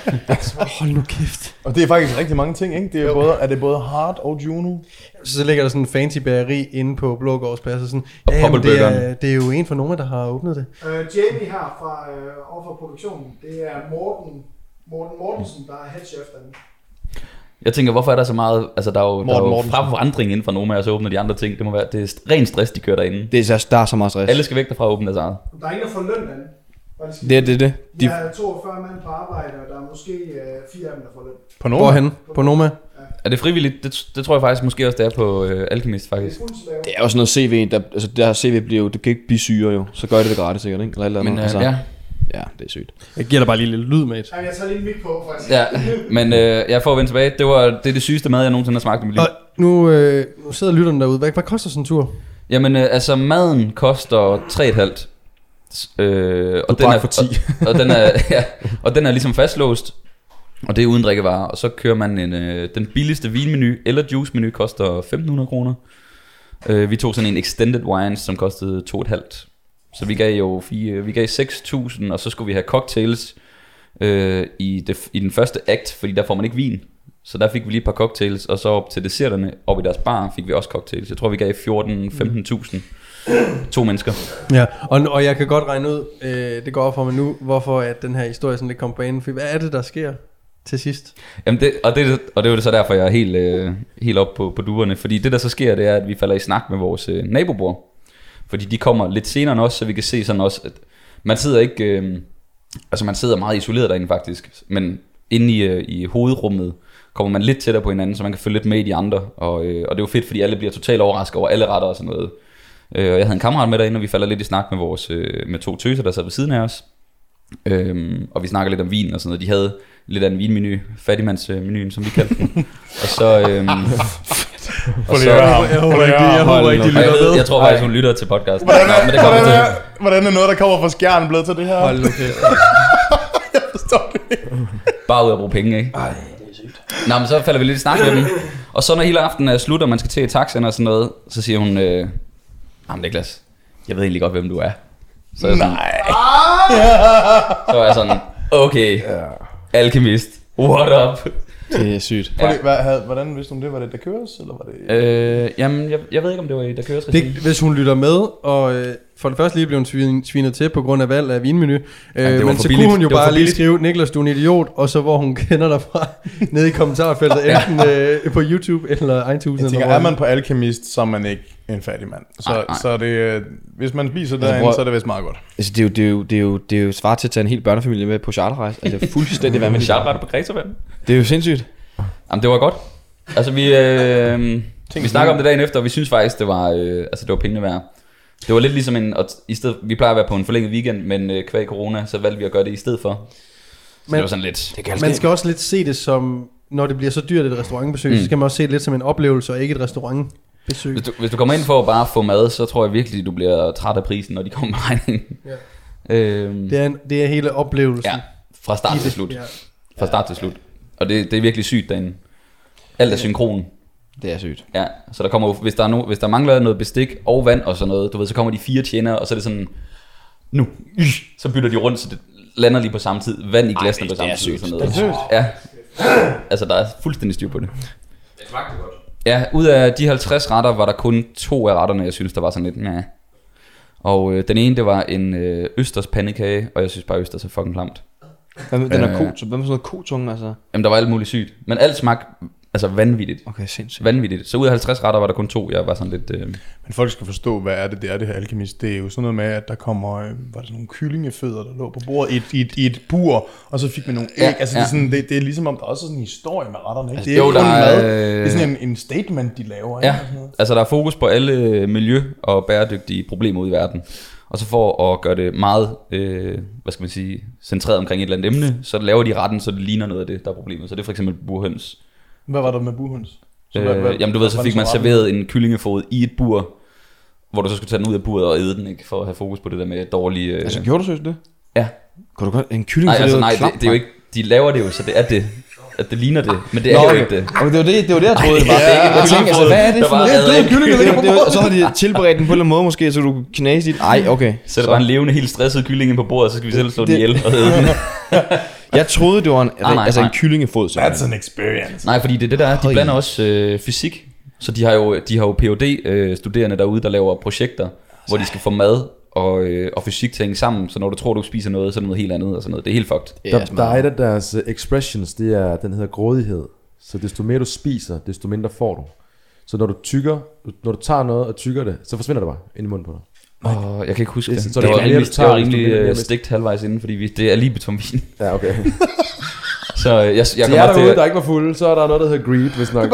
Hold nu kæft.
Og det er faktisk rigtig mange ting, ikke? Det er, både, er det både Hard og Juno?
Så, så ligger der sådan en fancy bageri inde på Blågårdsplads, og sådan,
Og
ja, jamen, det, er,
Poppelbøgeren.
det er jo en fra Noma, der har åbnet det.
Øh, Jamie her fra øh, Offer Produktionen, det er Morten, Morten Mortensen, der er headchef derinde.
Jeg tænker, hvorfor er der så meget... Altså, der er jo,
Morten
der er jo
Mortensen.
forandring inden for Noma, og så åbner de andre ting. Det må være, det er st- ren stress, de kører derinde.
Det er, så- der er så meget stress.
Alle skal væk derfra altså. og åbne deres eget.
Der er ingen, der får løn derinde. Bare lige sige.
Det er det, det.
Vi
De,
har 42 mand på arbejde, og der er måske øh, fire af dem, der får løn.
På nogen?
Hvorhen? På Noma?
Er det frivilligt? Det, det tror jeg faktisk måske også, det er på øh, Alchemist,
Det er
faktisk.
fuldt slave.
det er jo sådan noget CV, der, altså der CV bliver jo, det kan ikke blive syre jo, så gør det det gratis sikkert, ikke? Eller, et eller, andet,
Men, øh,
altså,
ja.
ja, det er sygt.
Jeg giver dig bare lige lidt lyd, mate.
Jamen, jeg tager lige en mic på, faktisk.
Ja, men øh, jeg får at vende tilbage. Det, var, det er det sygeste mad, jeg nogensinde har smagt i mit liv.
Og nu, øh, nu sidder lytteren derude. Hvad, hvad koster sådan en tur?
Jamen, øh, altså maden koster 3,5. S- Øh, og, den
drak
er,
for 10.
og, og, den er, ja, og den er ligesom fastlåst, og det er uden drikkevarer. Og så kører man en, øh, den billigste vinmenu eller juicemenu, koster 1.500 kroner. Øh, vi tog sådan en extended wines, som kostede 2,5. Så vi gav jo fire, vi gav 6.000, og så skulle vi have cocktails øh, i, det, i den første akt, fordi der får man ikke vin. Så der fik vi lige et par cocktails, og så op til desserterne, op i deres bar, fik vi også cocktails. Jeg tror, vi gav 14-15.000. To mennesker.
Ja, og, og jeg kan godt regne ud, øh, det går op for mig nu, hvorfor at den her historie sådan lidt kom på banen. For hvad er det, der sker til sidst?
Jamen det, og, det, og det er jo så derfor, jeg er helt, øh, helt op på, på duerne. Fordi det, der så sker, det er, at vi falder i snak med vores øh, nabobor. Fordi de kommer lidt senere end os, så vi kan se sådan også, at man sidder ikke... Øh, altså man sidder meget isoleret derinde faktisk, men inde i, øh, i hovedrummet kommer man lidt tættere på hinanden, så man kan følge lidt med i de andre. Og, øh, og det er jo fedt, fordi alle bliver totalt overrasket over alle retter og sådan noget. Øh, og jeg havde en kammerat med derinde, og vi falder lidt i snak med, vores, øh, med to tøser, der sad ved siden af os. Øhm, og vi snakker lidt om vin og sådan noget. De havde lidt af en vinmenu, fattigmandsmenuen, som vi kaldte den. og så... Øhm, og så
høre ham.
Jeg
Prøv
håber
lige
ikke,
at høre
jeg
ham.
håber ikke, de
og jeg,
lytter
ved,
med.
jeg tror faktisk, hun lytter til podcasten.
Hvordan
Nå,
er,
men det kommer
hvordan,
vi til.
er, hvordan er noget, der kommer fra skjern blevet til det her?
Hold nu kæft.
Stop det.
Bare ud at bruge penge, ikke? Ej, det er sygt. Nå, men så falder vi lidt i snak med dem. Og så når hele aftenen er slut, og man skal til i taxaen og sådan noget, så siger hun, øh, Jamen Niklas, jeg ved egentlig godt, hvem du er. Så er jeg sådan, Nej.
Ah!
Så er jeg sådan, okay, alkemist, what up?
Det er sygt.
Prøv lige, hvad, havde- hvordan vidste du om det? Var det, der køres, eller var det...
Øh, jamen, jeg, jeg ved ikke, om det var i, der køres regi.
Det, hvis hun lytter med, og øh, for det første lige blev hun svin, svinet til på grund af valg af vinmenu, øh,
det var
men
for
så
billigt.
kunne hun jo
Det var
bare
for
lige
billigt.
skrive, Niklas, du er en idiot, og så hvor hun kender dig fra, nede i kommentarfeltet, enten øh, på YouTube eller iTunes.
Jeg tænker,
eller
er man på alkemist, så er man ikke en fattig mand. Så,
Nej, nej.
så er det, øh, hvis man spiser
Altså,
derinde,
prøv-
så er det vist meget godt.
Altså, det er jo, det er jo, det er jo, det er jo svaret til at tage en hel børnefamilie med på charterrejse. Altså, det er fuldstændig
Men
vanvittigt.
chartretter på Kreta, vel?
Det er jo sindssygt.
Jamen, det var godt. Altså, vi, øh, vi snakker om det dagen efter, og vi synes faktisk, det var, øh, altså, det var pengene værd. Det var lidt ligesom en, og i stedet, vi plejer at være på en forlænget weekend, men øh, kvæg corona, så valgte vi at gøre det i stedet for. Så
Men-
det var sådan lidt, det
Man skal også lidt se det som, når det bliver så dyrt et restaurantbesøg, mm.
Mm.
så skal man også se det lidt som en oplevelse, og ikke et restaurantbesøg.
hvis, du, hvis du kommer ind for at bare få mad, så tror jeg virkelig, du bliver træt af prisen, når de kommer med regningen.
Ja.
Øhm,
Det er, en, det er hele oplevelsen.
ja, fra start
I
til
det.
slut.
Ja.
Fra start til slut. Og det, det er virkelig sygt derinde. Alt er synkron.
Det er sygt.
Ja, så der kommer, jo- hvis der, er no, hvis der mangler noget bestik og vand og sådan noget, du ved, så kommer de fire tjenere, og så er det sådan, nu, ish, så bytter de rundt, så det lander lige på samme tid. Vand i glasene på
det
samme
er
tid. og
sygt.
Sådan noget. Ja. Altså, der er fuldstændig styr på det. Ja, ud af de 50 retter var der kun to af retterne, jeg synes, der var sådan lidt, nej. Og øh, den ene, det var en øh, østers pandekage, og jeg synes bare, østers er fucking klamt.
Hvad med, den
Øh.
er ko, så hvad med sådan noget kotunge, altså?
Jamen, der var alt muligt sygt. Men alt smagte altså vanvittigt.
Okay, sindssygt.
Vanvittigt. Så ud af 50 retter var der kun to, jeg var sådan lidt... Øh,
Men folk skal forstå, hvad er det, det er det her alkemist. Det er jo sådan noget med, at der kommer, øh, var det sådan nogle kyllingefødder, der lå på bordet i et, i et, i et bur, og så fik man nogle æg.
Ja,
Ja, altså, ja.
ja.
Det, er sådan, det, det er ligesom om, der er også er sådan en historie med retterne. Ikke? Altså, det er
jo,
jo, ikke
der
kun
er,
mad. Det er sådan
øh,
en, en statement, de laver.
Ja,
Ikke? Og sådan noget.
altså der er fokus på alle øh, miljø- og bæredygtige problemer ude i verden. Og så for at gøre det meget, øh, hvad skal man sige, centreret omkring et eller andet emne, så laver de retten, så det ligner noget af det, der er problemet. Så det er for eksempel burhøns.
Hvad var der med buhøns? Så hvad- hvad-
Øh, jamen du ved,
hvad
så
var
fik
det
man
retten?
serveret en kyllingefod i et bur, hvor du så skulle tage den ud af buret og æde den, ikke? For at have fokus på det der med dårlige... Øh...
Altså, gjorde du seriøst det?
Ja.
Kunne du godt... En kylling,
nej,
for
altså
jo
nej,
klamt,
det, det, er jo ikke... De laver det jo, så det er det. At det ligner det, men det er
Nå,
jo
okay.
ikke det.
Okay, det var det, det, var det jeg troede, det var.
det er ikke en
jeg tænkte, altså,
kyllingefod,
hvad er det
der
for
bare
noget?
er lavet
kylling, der ligger på bordet. Og så har de tilberedt den på en eller anden måde måske, så du kunne knase dit... Ej, okay.
Så der var en levende, helt stresset kylling ind på bordet, og så skal vi selv slå den
Det-
ihjel og æde den.
Jeg troede, det var en,
Ah, nej,
altså en
nej.
kyllingefod. Så.
That's an experience.
Nej, fordi det er det, der er. De
Høj.
blander også øh, fysik. Så de har jo, de har jo PhD-studerende øh, derude, der laver projekter, hvor de skal få mad og, øh, og fysik til at hænge sammen. Så når du tror, du spiser noget, så er det noget helt andet og sådan noget. Det er helt fucked.
Der,
altså,
der er et af deres øh, expressions, det er, den hedder grådighed. Så desto mere du spiser, desto mindre får du. Så når du tykker, når du tager noget og tykker det, så forsvinder det bare ind i munden på dig.
Og jeg kan ikke huske
Det
det.
er-
det.
så
Så
det
det,
er
var
mere, du
rimelig, det
tager,
var
hvis du
rimelig
bliver
øh,
mere mist.
stigt halvvejs inden, fordi vi, det er lige betonvin.
Ja, okay.
Så øh, jeg, jeg, jeg
Til
kommer
jer
også til
derude, der
at...
ikke var fulde, så er der noget, der hedder greed, hvis nok.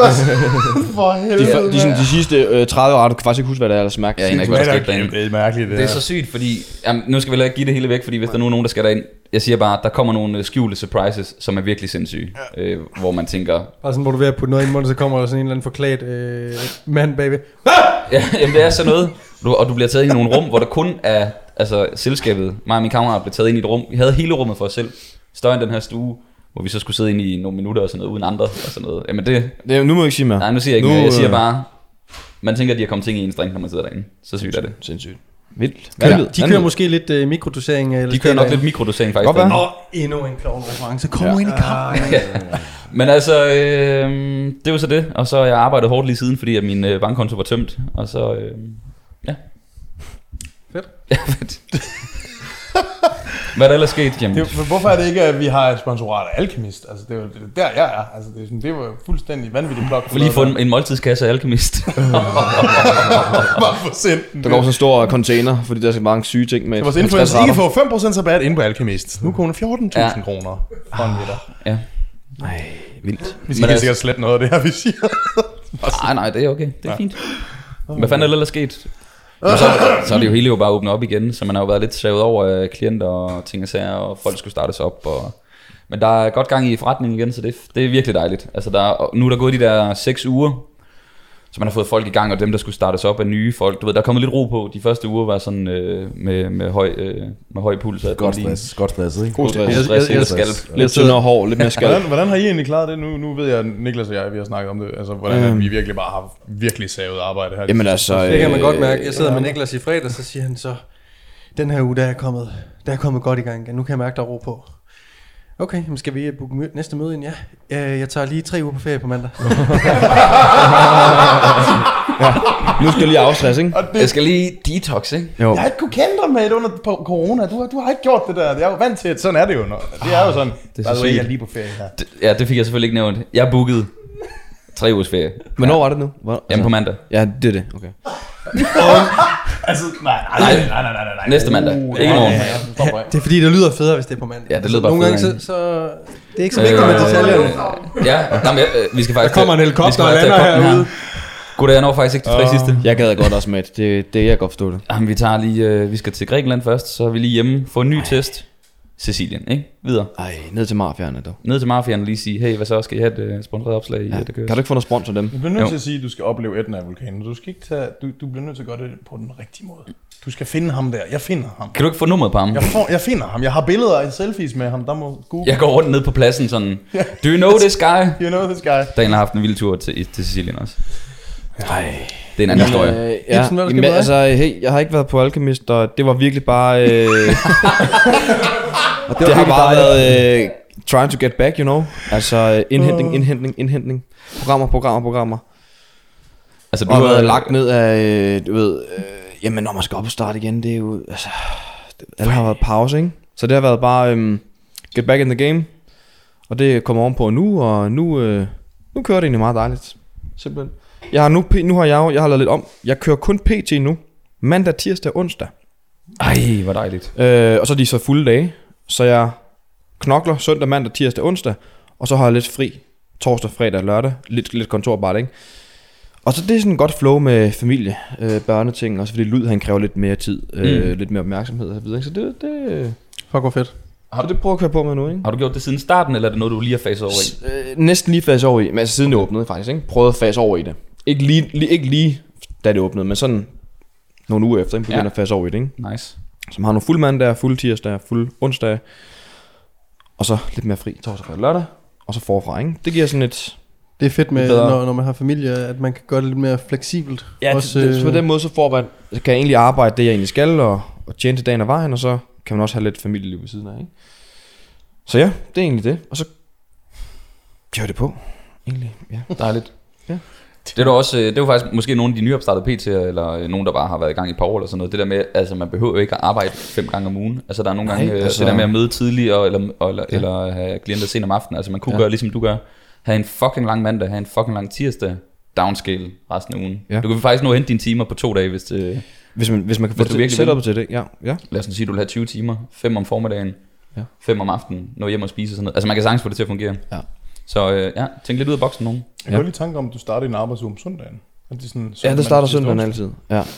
For
De,
helvede.
de, de, de sidste øh, 30 år, du kan faktisk ikke huske, hvad det er, altså, der smagte.
Jeg aner ikke,
Men
hvad der
det er
skete derinde.
jo- det er mærkeligt, det,
Det er så sygt, fordi... Jamen, nu skal vi heller ikke give det hele væk, fordi hvis der nu er nogen, der skal derind... Jeg siger bare, at der kommer nogle øh, skjulte surprises, som er virkelig sindssyge. Øh, hvor man tænker,
Bare sådan, hvor du er ved at putte noget ind i munden, så kommer der sådan en eller anden forklædt øh, mand bagved.
Ja, jamen det er sådan noget. Du, og du bliver taget ind i nogle rum, hvor der kun er altså, selskabet. Mig og min kammerat blev taget ind i et rum. Vi havde hele rummet for os selv. Større end den her stue, hvor vi så skulle sidde ind i nogle minutter og sådan noget, uden andre og sådan noget. Jamen det...
Det, nu må jeg ikke sige mere.
Nej, nu siger jeg ikke
Nu,
mere. Jeg siger
øh,
bare... Man tænker, at de har kommet ting i en dreng, når man sidder derinde. Så sygt er det.
Sindssygt. Vildt.
Ja,
Vanvid.
de kører måske lidt øh, mikrodosering. Eller
De kører nok lidt mikrodosering faktisk.
Godt være.
derinde.
Og endnu en klovn reference. Kom nu ind i kampen.
Men altså, øh, det var så det. Og så har jeg arbejdet hårdt lige siden, fordi at min øh, bankkonto var tømt. Og så, øh, ja.
Fedt.
Ja, fedt. Hvad er der ellers sket, Jamen,
Det, er jo- for hvorfor er det ikke, at vi har et sponsorat af Alchemist? Altså, det er jo det er der, jeg er. Altså, det, er sådan, det var jo fuldstændig vanvittigt blok.
For lige få en, en måltidskasse af alkemist.
Bare for sendt den.
Der går sådan en stor container, fordi der skal mange syge ting med.
Så vores
50
influencer ikke
retter.
får 5% rabat inde på Alchemist. Nu koster 14.000
Ja.
kroner for en liter.
ja.
Vi skal
Men
helt
altså-
sikkert slette noget af det her, vi siger.
Nej, nej, det er okay. Det er fint. Hvad fanden er der ellers sket? Jamen, så, så er det jo hele jo bare åbnet op igen, så man har jo været lidt savet over af klienter og ting og sager, og folk skulle startes op. Og... Men der er godt gang i forretningen igen, så det, det er virkelig dejligt. Altså, der, er- og nu er der gået de der seks uger, så man har fået folk i gang, og dem, der skulle startes op, er nye folk. Du ved, der er kommet lidt ro på. De første uger var sådan øh, med, med, høj, øh, med høj puls. og
Godt
adrenalin.
stress, godt stresset, ikke?
God stress.
Stress,
Jeg- jeg-
stress, stress.
Lidt tyndere hår, lidt mere skal.
Hvordan, hvordan har I egentlig klaret det? Nu, nu ved jeg, at Niklas og jeg, vi har snakket om det. Altså, hvordan øhm. vi virkelig bare har virkelig savet arbejde her.
Jamen altså...
Det kan man
øh,
godt mærke. Jeg sidder med Niklas i fredag, så siger han så, den her uge, der er jeg kommet, der er jeg kommet godt i gang igen. Nu kan jeg mærke, der er ro på. Okay, jamen skal vi øh, booke mø- næste møde ind? Ja. Øh, Jeg tager lige tre uger på ferie på mandag.
Nu skal jeg lige afstresse, ikke?
Og
Jeg
det,
skal lige detox, ikke?
Jo.
jeg har ikke kunne kende dig med det under på corona. Du, har- du har ikke gjort det der. Jeg er jo vant til, at sådan er det jo. Når, det er jo sådan, det
så
er så jeg er
sygt.
lige på ferie her.
Det- Ja, det fik jeg selvfølgelig ikke nævnt. Jeg bookede tre ugers ferie.
Hvornår var det nu? Hvor, Altså,
Jamen på mandag.
Ja, det er det. Okay.
Altså, nej, nej, nej, nej, nej, nej, nej.
Næste mandag.
Uh,
Ikke i morgen.
Ja, ja, du stopper af.
Det er fordi, det lyder federe, hvis det er på mandag.
Ja, det lyder bare
Nogle gange,
federe,
så,
ikke?
så, det er ikke så vigtigt med
Øh,
detaljerne.
Ja, nej, men, øh, vi skal faktisk...
Der kommer en helikopter
vi skal faktisk
og lander
tage kopten
herude.
her. Goddag, jeg når faktisk ikke de tre sidste.
Jeg gad godt også, med Det, det jeg kan godt forstå det.
Jamen, vi tager lige... Øh, vi skal til Grækenland først, så er vi lige hjemme. Få en ny test. Sicilien, ikke? Videre.
Ej, ned til mafiaerne dog.
Ned til mafiaen og lige sige, hey, hvad så? Skal I have et øh, sponsoreret opslag i
Ja,
ja, det
kan du ikke få noget sponsor dem?
Du bliver nødt
Jo.
til at sige, at du skal opleve Etna af vulkanen. Du, skal ikke tage, du, du bliver nødt til at gøre det på den rigtige måde. Du skal finde ham der. Jeg finder ham.
Kan du ikke få nummeret på ham?
Jeg, får, jeg finder ham. Jeg har billeder af selfies med ham. Der må Google.
Jeg går rundt ned på pladsen sådan, do you know this guy?
You know this guy.
Daniel har haft en vild tur til, i- til Sicilien også. Det er en anden historie.
Øh, ja.
Ibsen, hvad er der sket
Jamen,
med dig?
altså, hey, jeg har ikke været på Alchemist, og det var virkelig bare... Øh, det, det har bare
virkelig bare-
været øh, trying to get back, you know. Altså, øh, indhentning, indhentning, indhentning. Programmer, programmer, programmer.
Altså, du
Og
har
har været lagt ned af, øh, du ved... Øh, jamen, når man skal op og starte igen, det er jo... Altså, det, alle har været pause, ikke? Så det har været bare... Øh, get back in the game. Og det kommer ovenpå nu, og nu... Øh, nu kører det egentlig meget dejligt. Simpelthen. Jeg har nu, P- nu har jeg jo, jeg har lavet lidt om. Jeg kører kun PT nu. Mandag, tirsdag, onsdag.
Ej, hvor dejligt.
Øh, og så er de så fulde dage. Så jeg knokler søndag, mandag, tirsdag, onsdag. Og så har jeg lidt fri torsdag, fredag og lørdag. Lidt, lidt kontorbart, ikke? Og så det er sådan et godt flow med familie, øh, børneting, også fordi lyd han kræver lidt mere tid, øh,
Mm.
lidt mere opmærksomhed og så videre. ikke? Så det, det,
Fuck, hvor fedt.
så det prøver jeg at køre på med nu, ikke?
Har du gjort det siden starten, eller er det noget, du lige har faset over i?
Øh, næsten lige fase over i, men altså siden det åbnede faktisk, ikke? Prøvede at fase over i det. Ikke lige, lige, ikke lige da det åbnede, men sådan nogle uger efter, ikke? Begyndte
Ja.
ja. at fase over i det, ikke?
Nice.
Som har nogle fuld mandag, fuld tirsdag, fuld onsdag. Og så lidt mere fri torsdag, fredag, lørdag. Og så forfra, ikke? Det giver sådan et...
Det er fedt med,
Bedre.
når, når man har familie, at man kan gøre det lidt mere fleksibelt.
Ja,
Også,
også, det, på
øh,
den måde så får man... Så kan jeg egentlig arbejde det, jeg egentlig skal, og, og tjene til dagen og vejen, og så kan man også have lidt familieliv ved siden af, ikke? Så ja, det er egentlig det. Og så kører det på, egentlig, ja.
Dejligt.
Ja.
Det er, da også, øh, det er jo faktisk måske nogle af de nyopstartede PT'er, eller øh, nogen, der bare har været i gang i et par år eller sådan noget. Det der med, altså man behøver jo ikke at arbejde fem gange om ugen. Altså der er nogle
Nej,
gange Nej, altså,
altså-
det der med at møde tidligt, og, eller, og, eller, ja. eller have klienter sent om aftenen. Altså man kunne ja.
Ja.
gøre ligesom du gør. Have en fucking lang mandag, have en fucking lang tirsdag, downscale resten af ugen. Ja.
Ja.
Du kan faktisk nå at hente dine timer på to dage, hvis øh, det,
Hvis man, hvis man kan få
Hvis du
til,
virkelig vil.
setupet til det, ja. ja.
lad os nu sige, du vil have 20 timer, 5 om formiddagen, ja.
Ja.
5 om aftenen, nå hjem og spise og sådan noget. Altså man kan sagtens få det til at fungere.
Ja.
Så øh, ja, tænk lidt ud af boksen nogen.
Jeg kan ja. lige tanke om, at du starter en arbejdsuge om søndagen. At det er sådan,
Ja, det
mandag,
starter
tirsdag,
søndagen
onsdag.
altid.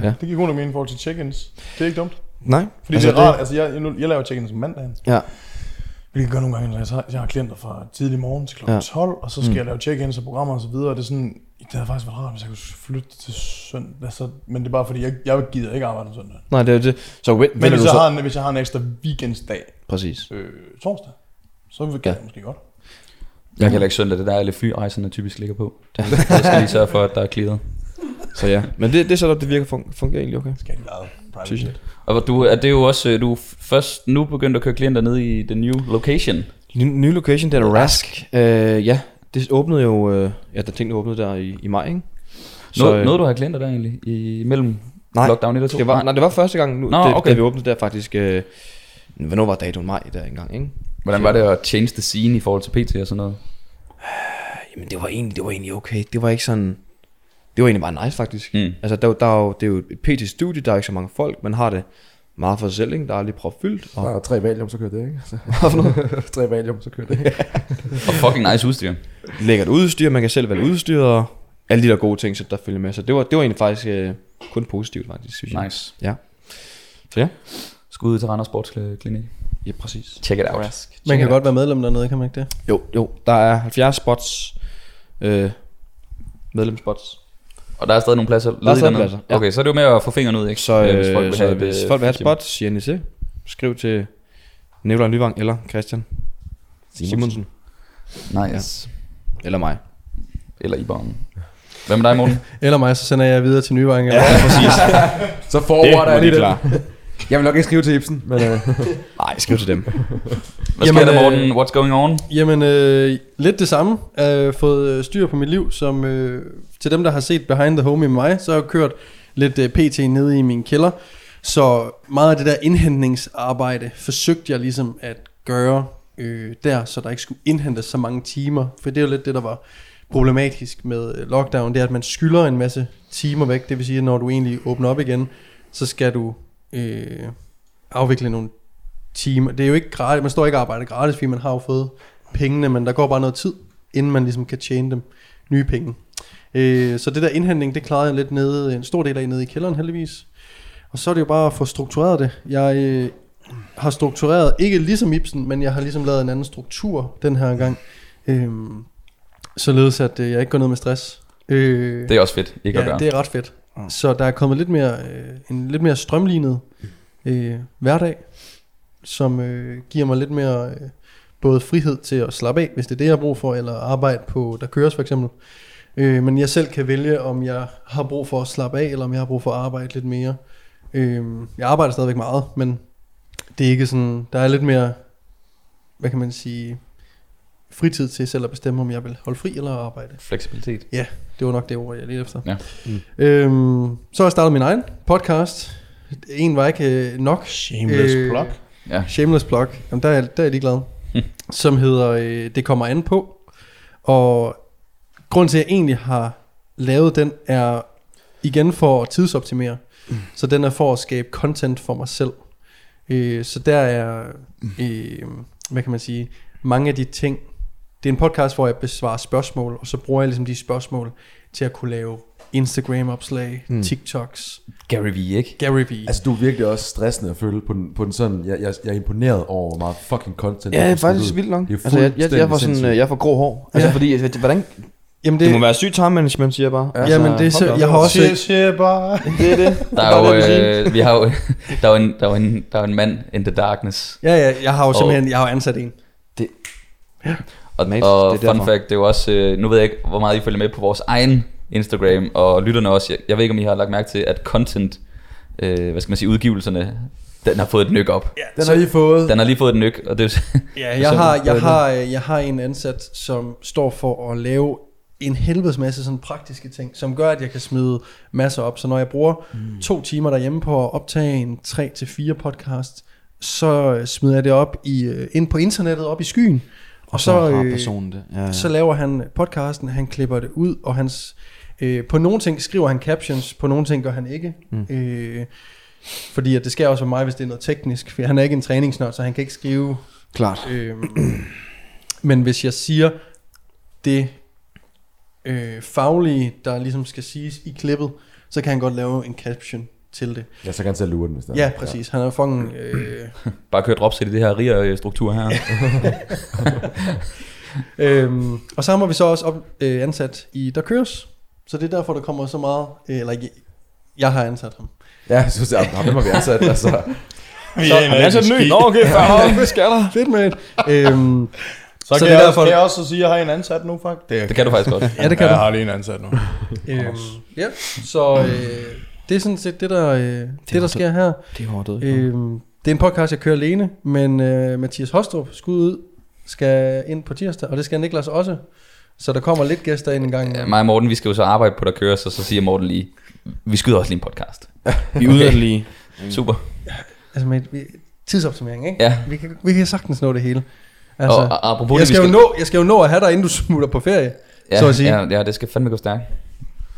Ja.
Det giver kun mening i forhold til check-ins. Det er ikke dumt.
Nej.
Fordi altså, det er rart. Altså, jeg, jeg, nu- jeg laver check-ins om mandagen.
Ja.
Hvilket gør nogle gange, når jeg, så, jeg har klienter fra tidlig morgen til kl.
Ja.
12, og så skal mm. jeg lave check-ins og programmer og så videre. Og det er sådan, det havde faktisk været rart, hvis jeg kunne flytte til søndag. Altså, men det er bare fordi, jeg, jeg gider ikke arbejde om søndag.
Nej, det er jo det. Så vent,
Men
venter
hvis
du
jeg,
så...
har en, hvis jeg har en ekstra weekendsdag
Præcis.
øh, torsdag, så kan ja.
Ja.
jeg måske godt.
Jeg kan heller ikke søndag, det der alle flyrejserne typisk ligger på. Det jeg skal lige sørge for, at der er clearet.
Så ja. Men det, det setup, det virker fun- fungerer egentlig okay.
Skal jeg ikke lade private
Synes jeg.
jet.
Og hvor du, er det jo også, øh, du er først nu begyndt at køre klienter ned i the new location.
Ny, nye location, den er Rask. Øh, ja, det åbnede jo... Øh, ja, der tingene åbnede der i, i maj, ikke?
Nå, øh,
øh,
nåede du at have klienter der egentlig, i, mellem nej,
Nej,
lockdown 1 og 2?
det var, nej, det var første gang, nu,
Nå,
Nå, det,
okay.
okay. da vi åbnede der faktisk... Øh, hvornår var datoen maj der engang, ikke?
Hvordan var det at change the scene i forhold til PT og sådan noget?
Jamen, det var egentlig, det var egentlig okay. Det var ikke sådan... Det var egentlig bare nice, faktisk.
Mm.
Altså, der, der er jo, det er jo et PT-studie, der er ikke så mange folk. Man har det meget for sig selv, ikke? Der er lige propfyldt. Og
Der er tre valium, så kører det, ikke? Så,
Hvad for noget?
tre valium, så kører det, ikke?
Og fucking nice udstyr.
lækkert udstyr, man kan selv vælge udstyret, og alle de der gode ting, så der følger med. Så det var, det var egentlig faktisk øh, kun positivt, faktisk, synes jeg.
Nice.
Ja. Så ja.
Skud ud til Randers Sportsklinik.
Ja, præcis.
Check it out.
man kan godt være medlem dernede, kan man ikke det?
Jo, jo, der er 70 spots, øh, medlemspots.
Og der er stadig nogle pladser ledige
stadig
dernede?
pladser, ja.
Okay, så er det jo med at få fingrene ud, ikke? Øhm,
Så, øh, hvis folk vil så,
have
have,
et,
hvis
øh,
folk vil have et
fritid.
spot, siger NEC, skriv til Nikolaj Nyvang eller Christian Simonsen. Simonsen.
Nice.
Eller mig.
Eller i barnen. Hvad med dig, Morten?
Eller mig, så sender jeg videre til Nyvang. Ja.
Så forward
Det
er
er
lige det.
klar.
Jeg vil nok ikke skrive til Ibsen, men øh,
Nej, skriv til dem.
Hvad sker
Jamen,
der,
øh,
Morten? What's going on?
Jamen, øh, lidt det samme. Jeg har fået øh, styr på mit liv, som øh, til dem, der har set Behind the Home med mig, så har jeg kørt lidt øh, PT nede i min kælder. Så meget af det der indhentningsarbejde forsøgte jeg ligesom at gøre øh, der, så der ikke skulle indhentes så mange timer. For det er jo lidt det, der var problematisk med øh, lockdown, det er, at man skylder en masse timer væk. Det vil sige, at når du egentlig åbner op igen, så skal du øh, afvikle nogle timer. Det er jo ikke gratis, man står ikke og arbejder gratis, fordi man har jo fået pengene, men der går bare noget tid, inden man ligesom kan tjene dem nye penge. Øh, så det der indhandling, det klarede jeg lidt nede, en stor del af nede i kælderen heldigvis. Og så er det jo bare at få struktureret det. Jeg øh, har struktureret, ikke ligesom Ibsen, men jeg har ligesom lavet en anden struktur den her gang. Øhm, således at øh, jeg ikke går ned med stress. Øh,
Det er også fedt, ikke
ja,
at gøre.
det er ret fedt. Så der er kommet lidt mere, øh, en lidt mere strømlignet øh, hverdag, som øh, giver mig lidt mere øh, både frihed til at slappe af, hvis det er det, jeg har brug for, eller arbejde på, der køres for eksempel. Øh, men jeg selv kan vælge, om jeg har brug for at slappe af, eller om jeg har brug for at arbejde lidt mere. Øh, jeg arbejder stadigvæk meget, men det er ikke sådan, der er lidt mere, hvad kan man sige, fritid til selv at bestemme, om jeg vil holde fri eller arbejde.
Fleksibilitet.
Det var nok det ord, jeg lige efter.
Ja.
Mm. Øhm, så har jeg startet min egen podcast. En var ikke øh, nok.
Shameless
Øh,
plug.
Ja.
Shameless plug. Jamen, der, er, der er jeg ligeglad.
Hm.
som hedder øh, Det kommer an på. Og grunden til, at jeg egentlig har lavet den, er igen for at tidsoptimere. Mm. Så den er for at skabe content for mig selv. Øh, så der er, øh, hvad kan man sige, mange af de ting. Det er en podcast, hvor jeg besvarer spørgsmål, og så bruger jeg ligesom de spørgsmål til at kunne lave Instagram-opslag, mm. TikToks,
Gary Vee, ikke?
Gary Vee.
Altså, du er virkelig også stressende at følge på den, på den sådan. Jeg, jeg, jeg er imponeret over, hvor meget fucking content
Ja,
du
det
har
er
smidt
faktisk
ud.
vildt nok.
Det er
Altså, jeg, jeg, jeg, var sådan,
fuldstændig
øh, jeg får grå hår. Altså,
Ja.
ja. fordi, altså, hvordan? Det,
Jamen
det, må være sygt time management, siger jeg bare.
Altså, jamen det er så,
hold da op.
jeg har også...
Shit, shit, bare.
Det er det.
Der er jo, øh, vi har jo, der er jo en, der er jo en, der er en mand in the darkness.
Ja, ja, jeg har jo simpelthen jeg har jo ansat en.
Og,
Mate,
og
det er
fun
derfor.
fact, det er jo også, øh, nu ved jeg ikke, hvor meget I følger med på vores egen Instagram, og lytterne også. Jeg, jeg ved ikke, om I har lagt mærke til, at content, øh, hvad skal man sige, udgivelserne, den har fået et nyk op.
Den har lige fået...
Den har lige fået et nyk, og det er jo-
Ja, jeg har, jeg, har, øh, jeg har en ansat, som står for at lave en helvedes masse sådan praktiske ting, som gør, at jeg kan smide masser op. Så når jeg bruger mm. to timer derhjemme på at optage en 3-4 podcast, så øh, smider jeg det op i, øh, ind på internettet, op i skyen. Og så,
har
øh,
personen det. Ja, ja.
så laver han podcasten, han klipper det ud, og hans, øh, på nogle ting skriver han captions, på nogle ting gør han ikke. Mm. Øh, fordi at det sker også for mig, hvis det er noget teknisk, for han er ikke en træningsnørd, så han kan ikke skrive
Klart.
Øhm, men hvis jeg siger det øh, faglige, der ligesom skal siges i klippet, så kan han godt lave en caption til det.
Ja, så kan han selv lure den, hvis der
Ja, præcis. Han er jo fucking... Øh,
bare kørt dropset i det her rigere struktur her.
øhm, og så har vi så også op, øh, ansat i Der Køres. Så det er derfor, der kommer så meget... Øh, eller jeg, jeg har ansat ham.
Ja, så synes jeg, at ham har vi ansat, altså.
Så, han er
altså,
så ny. Nå, okay, fair.
Hvad skal der? Fedt, mate. øhm,
Så,
Så
så
det
kan,
er
jeg,
derfor-
også, kan jeg også sige, at jeg har en ansat nu, faktisk.
Det kan du faktisk godt.
ja, det kan
jeg
du.
har lige en ansat nu.
Øhm, ja, så øh, det er sådan set det, der, øh, det, det, der sker her.
Det er hårdt.
Øhm, det er en podcast, jeg kører alene, men øh, Mathias Hostrup, skud ud, skal ind på tirsdag, og det skal Niklas også. Så der kommer lidt gæster ind en gang.
Ja, mig og Morten, vi skal jo så arbejde på, der kører, så, så siger Morten lige, vi skyder også lige en podcast.
Vi yder det lige.
Super.
Altså med vi, tidsoptimering, ikke?
Ja.
Vi, kan, vi kan sagtens nå det hele.
Altså,
Altså,
og, og apropos
jeg,
det, vi
skal jo nå, jeg skal jo nå at have dig, inden du smutter på ferie.
ja,
så at sige.
Ja, ja, det skal fandme gå stærkt.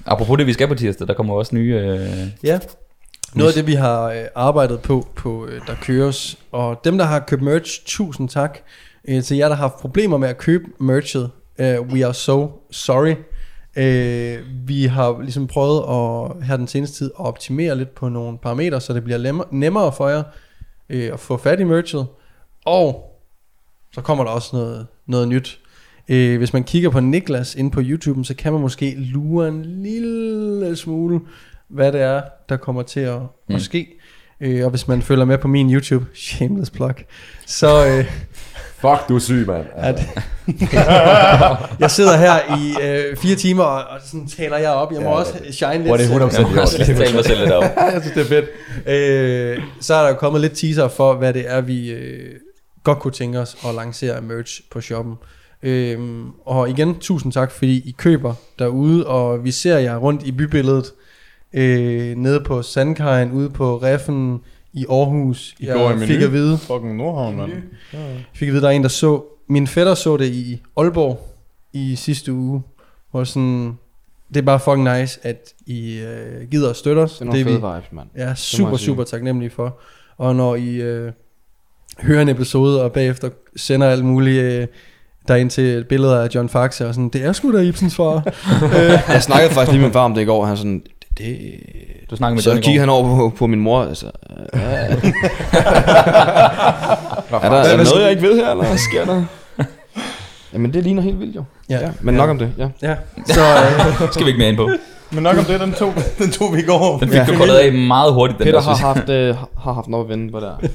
Apropos det, vi skal på tirsdag, der kommer også nye... Øh,
Ja. Noget af det, vi har øh, arbejdet på, på øh, der køres, og dem, der har købt merch, tusind tak øh, til jer, der har haft problemer med at købe merchet. Øh, we are so sorry. Øh, vi har ligesom prøvet at her den seneste tid at optimere lidt på nogle parametre, så det bliver lemmer, nemmere for jer øh, at få fat i merchet. Og så kommer der også noget, noget nyt. Øh, hvis man kigger på Niklas inde på YouTube, så kan man måske lure en lille smule, hvad det er, der kommer til at, mm.
Mm.
at ske. Øh, og hvis man følger med på min YouTube, shameless plug, så øh,
Fuck, du er syg, mand. Altså.
jeg sidder her i øh, fire timer, og, og sådan taler jeg op. Jeg må ja, også shine lidt.
Hvor er det 100%
jeg må
i
også
orden.
lige tale mig selv lidt op.
jeg synes, det er fedt. Øh, så er der jo kommet lidt teaser for, hvad det er, vi øh, godt kunne tænke os at lancere af merch på shoppen. Øhm, og igen, tusind tak, fordi I køber derude, og vi ser jer rundt i bybilledet, øh, nede på Sandkajen, ude på Reffen, i Aarhus.
I går i Meny.
fik at vide,
Fucking Nordhavn, mand.
fik at vide, der er en, der så... Min fætter så det i Aalborg i sidste uge, hvor sådan... Det er bare fucking nice, at I øh, gider at støtte os.
Det er nogle
vi
fede vibes, mand.
Ja, super,
sige.
super taknemmelig for. Og når I øh, hører en episode, og bagefter sender alt muligt øh, derind til billeder af John Faxe, og sådan, det er sgu da Ibsens far.
Jeg snakkede faktisk lige med min far om det i går, og han sådan, det, det...
Du snakkede med
Så
Johnny i
kigger
går.
han over på, på min mor, altså. Ja, ja. er der,
Er
er
der
der
noget, jeg ikke ved her, eller hvad sker der?
Jamen, det ligner helt vildt jo.
Ja.
ja men nok om det, ja.
Ja, så øh,
Skal vi ikke mere ind på.
Men nok om det, den tog, den tog vi i går.
Den fik du koldet af meget hurtigt, den
Peter
der,
har
synes jeg.
haft, øh, har haft nok at vende på der.
Han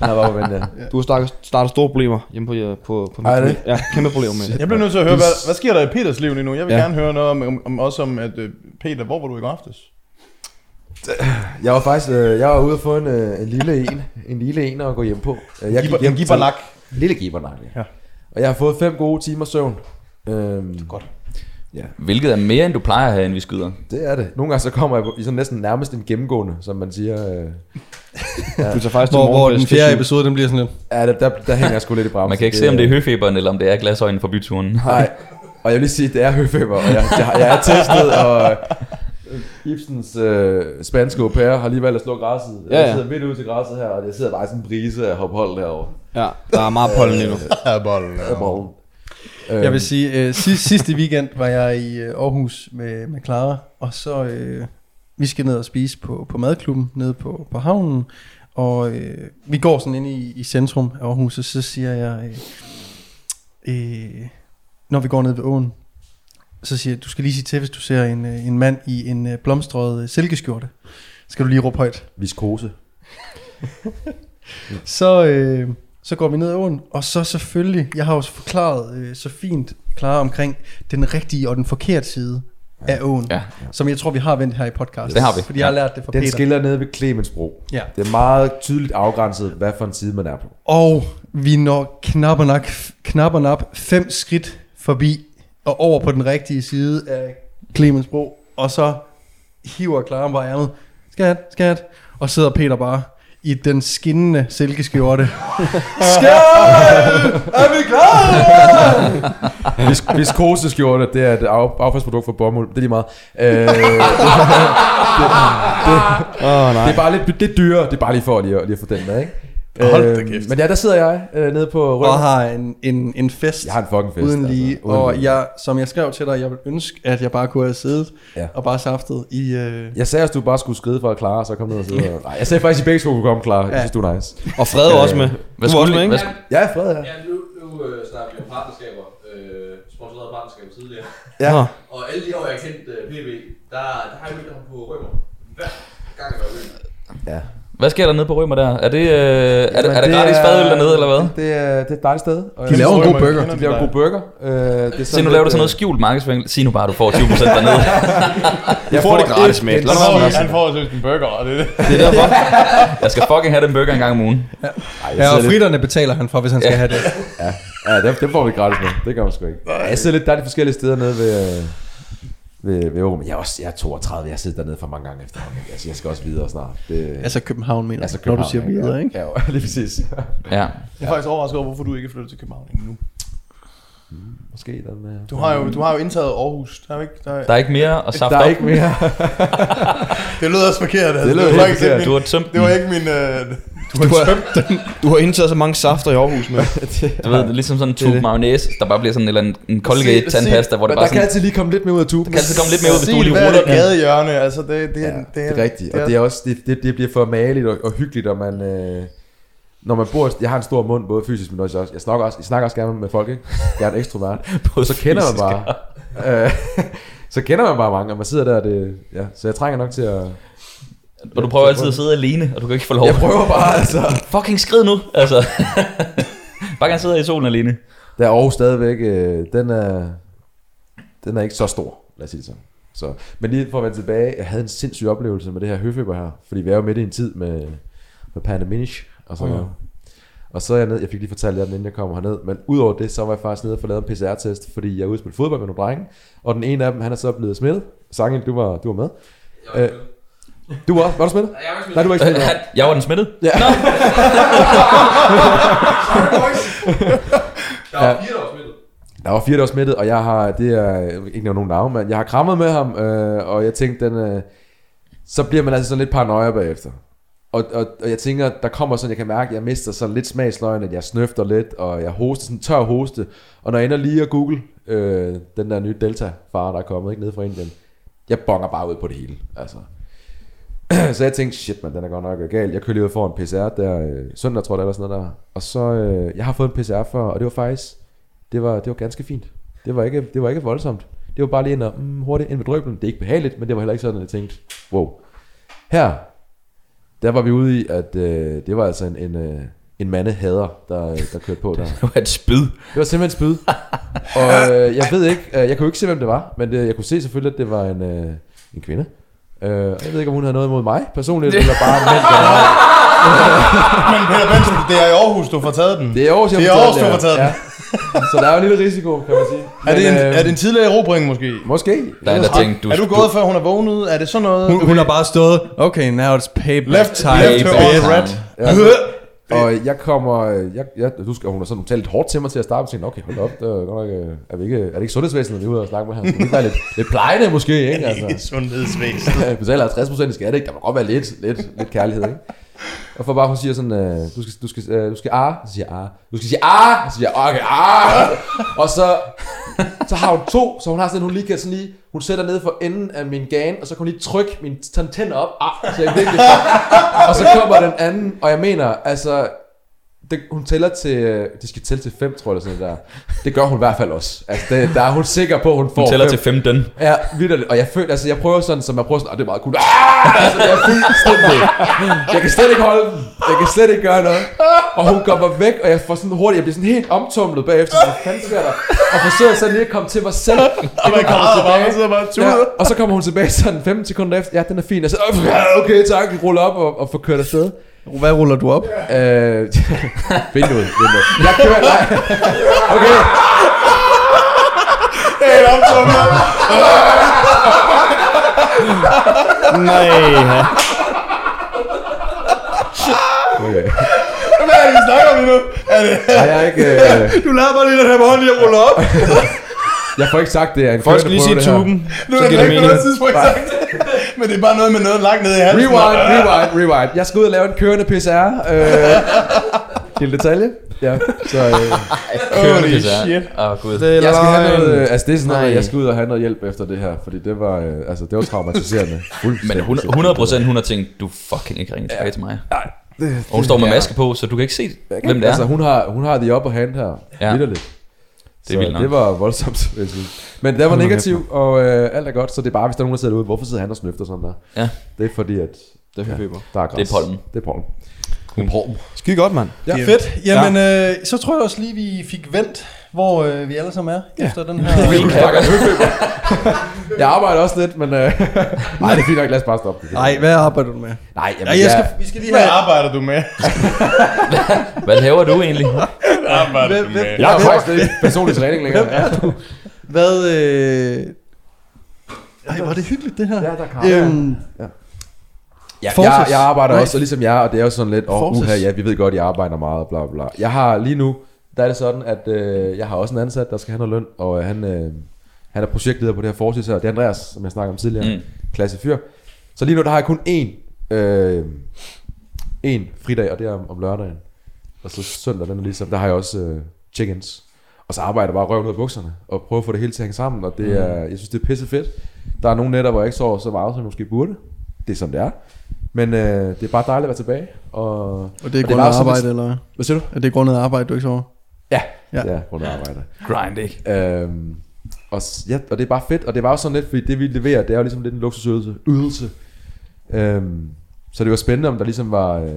Altså, var på vente.
Du har startet, startet store problemer hjemme på, øh, på, på mit
Ej, det-
familie. Ja, kæmpe problemer med det.
Jeg bliver nødt til at høre, hvad, hvad sker der i Peters liv lige nu? Jeg vil ja.
Ja.
gerne høre noget om, om, om også om, at øh, Peter, hvor var du i går aftes?
Jeg var faktisk øh, jeg var ude og få en, øh, en lille en, en lille en at gå hjem på. Øh, Jeg
Giber,
gik hjem
en giberlak.
til- Lille gibernak. Ja.
Ja.
Og jeg har fået fem gode timer søvn. Øhm,
Godt.
Hvilket er mere, end du plejer at have, end vi skyder.
det er det. Nogle gange så kommer jeg på- i sådan næsten nærmest en gennemgående, som man siger. Øh,
Du tager faktisk
hvor,
til
hvor
morgen
den fjerde episode, den bliver sådan lidt.
ja, der, der, der hænger jeg sgu lidt i bremsen.
Man kan ikke se, om Altså, det er høfeberen, eller om det er glasøjnen fra byturen.
Nej, og jeg vil lige sige, at det er høfeber, og jeg, jeg, jeg er testet, og øh, Ibsens øh, spanske au pair har lige valgt at slå græsset.
Ja,
Ja,
ja.
ja. Jeg sidder midt ude til græsset her, og jeg sidder bare i sådan en brise af hophold derovre.
Ja, der er meget pollen lige nu.
Ja. Morgen.
Jeg
Øhm.
vil sige, øh, sidste, sidste weekend var jeg i øh, Aarhus med, med Clara, og så øh, vi skal ned og spise på, på madklubben nede på, på havnen, og øh, vi går sådan ind i, i centrum af Aarhus, og så siger jeg, øh, øh, når vi går ned ved åen, så siger jeg, du skal lige sige til, hvis du ser en, øh, en mand i en øh, blomstret øh, silkeskjorte, skal du lige råbe højt.
Viskose.
Så, øh, så går vi ned ad åen, og så selvfølgelig, jeg har jo forklaret øh, så fint, klar omkring den rigtige og den forkerte side af åen,
Ja.
som jeg tror, vi har vendt her i podcasten.
Det har vi.
Fordi jeg har lært det fra
Den
Peter.
skiller nede ved Clemensbro.
Ja.
Det er meget tydeligt afgrænset, hvad for en side man er på.
Og vi når knap og, nak, knap og nap fem skridt forbi og over på den rigtige side af Clemensbro, og så hiver Clara mig i ærmet. Skat, skat. Og sidder Peter bare i den skinnende silkeskjorte.
Vis- Viskoseskjorte, det er et af, affaldsprodukt fra bomuld. Det er lige meget. Øh, det, det, det, oh, nej. det er bare lidt det er dyrere. Det er bare lige for lige, at- lige at få den med, ikke?
Hold da
Øhm,
kæft.
Men ja, der sidder jeg øh, nede på
og
ryggen.
har en, en, en fest.
Jeg har en fucking fest.
uden lige.
Altså,
Altså, og jeg, som jeg skrev til dig, jeg vil ønske, at jeg bare kunne have siddet
Ja.
ja. og bare saftet i... Øh,
Jeg sagde også, du bare skulle skride for at klare, og så kom ned og sidde. og- Nej, jeg sagde faktisk, at I begge to kunne komme klar. Jeg synes, du er nice.
Og Fred er også med.
Hvad
Du er også med, ikke?
hvad skulle-
Jeg er fred her.
Ja, nu, nu øh, snakker vi om partnerskaber, øh, sponsorerede partnerskaber tidligere.
Ja.
Nå.
Og alle de år, jeg har kendt øh, PB, der, der har jeg mødt ham på Rømer. Hver gang jeg var i Rømer.
Hvad sker der nede på Rømer der? Er det, øh, er, det, er der
Men
gratis fadøl dernede, eller hvad?
Det er, det er et dejligt sted.
De
og jeg-
laver en god
Rømer,
burger.
kender
De laver en god burger. Øh, det er
Se, nu
lidt,
laver du sådan
øh,
noget skjult markedsføring. Sig nu bare, at du får 20% dernede.
Jeg
får det gratis, mate.
en-
Lad
Han
mig
får, han får også en burger, og det er det.
Det er derfor. Jeg skal fucking have den burger en gang om ugen.
ja, og fritterne betaler han for, hvis han skal ja. have det.
Ja, dem, dem får vi gratis med. Det gør man sgu ikke. Ja, jeg sidder lidt, der er lidt forskellige steder nede ved... øh, Ved, ved Åben. Jeg er også jeg er 32, jeg har siddet dernede for mange gange efterhånden. ikke? Altså, jeg skal også videre snart. Det,
Altså København, mener
altså
altså, København, når du siger videre, ikke?
Ja, jo, lige præcis.
Ja.
Jeg er faktisk overrasket over, hvorfor du ikke er flyttet til København endnu.
Måske der med...
Du har jo, du har jo indtaget Aarhus. Der er jo ikke, der er,
Der er ikke mere at safte
Der er
op.
ikke mere.
det lød også forkert. Altså.
Det lød
var
helt
faktisk ikke
forkert.
Du
min-
har tømt
Det var
den.
ikke min... Øh,
Du har, du har indtaget så mange safter i Aarhus nu.
Du ved, det er ligesom sådan en tube
det.
mayonnaise, der bare bliver sådan en eller anden en Colgate-tandpasta, hvor det bare
Men der kan
sådan...
altid lige komme lidt mere ud af tuben.
Kan altid komme lidt mere ud, hvis du
Sig,
lige
hvad er
ruller
det
den.
gadehjørne? Altså, det, det, det,
Ja,
er-
det er rigtigt. Og det, er også, det, det, det bliver for maligt og, og hyggeligt, og man... Øh, når man bor, jeg har en stor mund, både fysisk, men også, jeg snakker også, jeg snakker også gerne med folk, ikke? Jeg er en ekstrovert.
Både
så kender man
fysisk
bare. Øh, så kender man bare mange, og man sidder der, og det, ja, så jeg trænger nok til at...
Og du prøver altid at sidde alene, og du kan ikke få lov.
Jeg prøver bare, altså.
Fucking skrid nu, altså. bare gerne sidde her i solen alene.
Der er Aarhus stadigvæk, øh, den er, den er ikke så stor, lad os sige det sådan. Så, men lige for at vende tilbage, jeg havde en sindssyg oplevelse med det her høfeber her, fordi vi er jo midt i en tid med, med pandemisk og sådan noget. Og så er jeg ned, jeg fik lige fortalt jer, den, inden jeg kom herned, men udover det, så var jeg faktisk nede og få lavet en PCR-test, fordi jeg er ude at spille fodbold med nogle drenge, og den ene af dem, han er så blevet smittet. Sangen, du var, du var med.
Jeg var
Øh, Du var, var du smittet?
Jeg var ikke
Nej, du var ikke
Øh,
smittet.
han- Jeg var den smittet.
Der var fire, der var smittet.
Der var fire, der var smittet, og jeg har, det er jeg vil ikke nævne nogen navn, men jeg har krammet med ham, øh, og jeg tænkte, den, øh, så bliver man altså sådan lidt paranoia bagefter. Og, og, og jeg tænker, der kommer sådan, jeg kan mærke, at jeg mister sådan lidt smagsløgn, at jeg snøfter lidt, og jeg hoster sådan en tør hoste. Og når jeg ender lige at google øh, den der nye Delta-far, der er kommet ikke ned fra Indien, jeg bonger bare ud på det hele. Altså. så jeg tænkte, shit man, den er godt nok gal. Jeg kører lige ud for en PCR der, øh, søndag tror jeg, det er, eller sådan noget der. Og så, øh, jeg har fået en PCR før, og det var faktisk, det var, det var ganske fint. Det var ikke, det var ikke voldsomt. Det var bare lige ind og, mm, hurtigt ind med drøblen. Det er ikke behageligt, men det var heller ikke sådan, at jeg tænkte, wow. Her, der var vi ude i, at øh, det var altså en, en, øh, en mandehader, der, øh, der kørte på der.
Det var et spyd.
Det var simpelthen spyd. og øh, jeg ved ikke, øh, jeg kunne ikke se, hvem det var, men øh, jeg kunne se selvfølgelig, at det var en, øh, en kvinde. Øh, og jeg ved ikke, om hun havde noget imod mig personligt, eller bare en mand. Der,
Men Peter Benson, det er i Aarhus, du får taget den.
det er Aarhus, jeg
Det er
har
Aarhus, du
fortalt
har taget den.
ja. Så der er jo en lille risiko, kan man sige.
Er det, en,
Men, øh,
er det en tidligere erobring måske?
Måske.
Der er en, der tænkte, du,
er du gået, før hun er vågnet? Er det sådan noget?
Hun, hun har bare stået, okay, now it's payback
Left-
time.
left to
bitch."
all red.
Ja. Og jeg kommer, øh, jeg, jeg, du skal, hun har sådan talt lidt hårdt til mig til at starte, og tænkte, okay, hold da op, det er, godt nok, øh, er, vi ikke, er det ikke sundhedsvæsenet, vi er ude og snakke med her? Så Det er lidt, lidt plejende måske, ikke? Altså.
Sundhedsvæsen.
Jeg betaler 50% i skat, ikke? Der må godt være lidt, lidt, lidt kærlighed, ikke? Og for bare, hun siger sådan, øh, du skal, du skal, øh, du skal ah, så siger jeg ah, du skal sige ah, så siger jeg okay, ah, og så, så har hun to, så hun har sådan, hun lige kan sådan lige, hun sætter ned for enden af min gan, og så kan hun lige trykke mine tantænder op, ah, så jeg virkelig, og så kommer den anden, og jeg mener, altså, det, hun tæller til, øh, det skal tælle til fem, tror jeg, eller sådan noget der. Det gør hun i hvert fald også. Altså, det, der er hun sikker på, hun får
hun tæller
fem.
til 15.
Ja, vidderligt. Og jeg føler, altså jeg prøver sådan, som jeg prøver sådan, og det er meget cool. Ah! Altså, jeg er fuldstændig. Jeg kan slet ikke holde den. Jeg kan slet ikke gøre noget. Og hun kommer væk, og jeg får sådan hurtigt, jeg bliver sådan helt omtumlet bagefter. Hvad fanden sker der? Og forsøger sådan lige at komme til mig selv. Og man kommer tilbage. Ja, og så kommer hun tilbage sådan 15 sekunder efter. Ja, den er fin. Og så, "Åh, ja, okay, tak. Vi ruller op og, og får kørt afsted.
Hvad ruller du op?
Øh, vind ud, vind ud. Jeg kører, nej. Okay,
Nej, ja.
okay.
Hvad er det, vi snakker om lige nu? Er det,
Ej, jeg er ikke... Øh,
du lader bare lige den her hånd lige at rulle op.
jeg får ikke sagt det. er en
Folk skal
kørende
lige sige
prøve, det her.
tuben.
Nu
Så
er det
giver det
ikke
mening.
noget tidspunkt sagt. Men det er bare noget med noget langt ned i halsen.
Rewind, rewind, rewind. Jeg skal ud og lave en kørende PCR. Øh, lille detalje. Ja, så øh,
Holy shit.
Åh, oh, gud.
jeg skal have noget, øh, altså det er sådan noget,
Nej.
med, jeg skal ud og have noget hjælp efter det her, fordi det var, øh, altså det var traumatiserende.
Men hun- 100% hun har tænkt, du fucking ikke ringer tilbage til mig. Nej. Og hun står med maske på, så du kan ikke se, hvem det er.
Altså hun har, hun har the upper hand her,
Ja.
ja. vidderligt.
Det er vildt
Så
nok.
det var voldsomt. vil jeg sige. Men det var negativ, og øh, alt er godt, så det er bare, hvis der er nogen, der sidder ude, hvorfor sidder han og snøfter sådan der?
Ja.
Det er fordi, at
Det er for feber.
der er
Det
græs.
er pollen.
Det er pollen.
Skide godt, mand.
Ja. Fedt. Jamen, øh, så tror jeg også lige, vi fik vendt, hvor øh, vi alle sammen er ja. efter den her...
Jeg arbejder også lidt, men øh, nej, det er fint nok, lad os bare stoppe det.
Nej, hvad arbejder du med?
nej, jamen,
Ja, jeg skal, vi skal lige
Hvad
have...
arbejder du med?
Hvad laver du egentlig?
Hvad arbejder du med?
Jeg har faktisk ikke personlig træning længere. Ja,
Hvad... Øh... Ej, hvor er det hyggeligt, det her.
der er
Øhm,
ja, jeg,
Forces.
jeg arbejder
Nej.
også, og ligesom jeg, og det er jo sådan lidt, åh, oh,
Forces.
uha, ja, vi ved godt, jeg arbejder meget, og bla bla. bla. Jeg har lige nu, der er det sådan, at øh, jeg har også en ansat, der skal have noget løn, og øh, han, øh, han er projektleder på det her forsis her, det er Andreas, som jeg snakkede om tidligere,
Mm.
mm. klasse 4. Så lige nu, der har jeg kun én, øh, én fridag, og det er om, om lørdagen. Og så søndag, den er ligesom, der har jeg også øh, check-ins. Og så arbejder jeg bare røven ud af bukserne, og prøver at få det hele til at hænge sammen, og
Mm.
det er, jeg synes, det er pisse fedt. Der er nogle nætter, hvor jeg ikke sover så meget, som jeg måske burde. Det er sådan, det er. Men øh, det er bare dejligt at være tilbage. Og,
og det er
bare
grundet
som
arbejde,
et-
eller hvad?
Hvad siger du?
Er det grundet arbejde, du ikke sover?
Ja,
Ja.
ja. ja rundt arbejde.
Grind, ikke?
Øhm, og, s- ja, og det er bare fedt, og det var jo sådan lidt, fordi det vi leverer, det er jo ligesom lidt en luksusydelse. Ydelse. Øhm, så det var spændende, om der ligesom var, øh,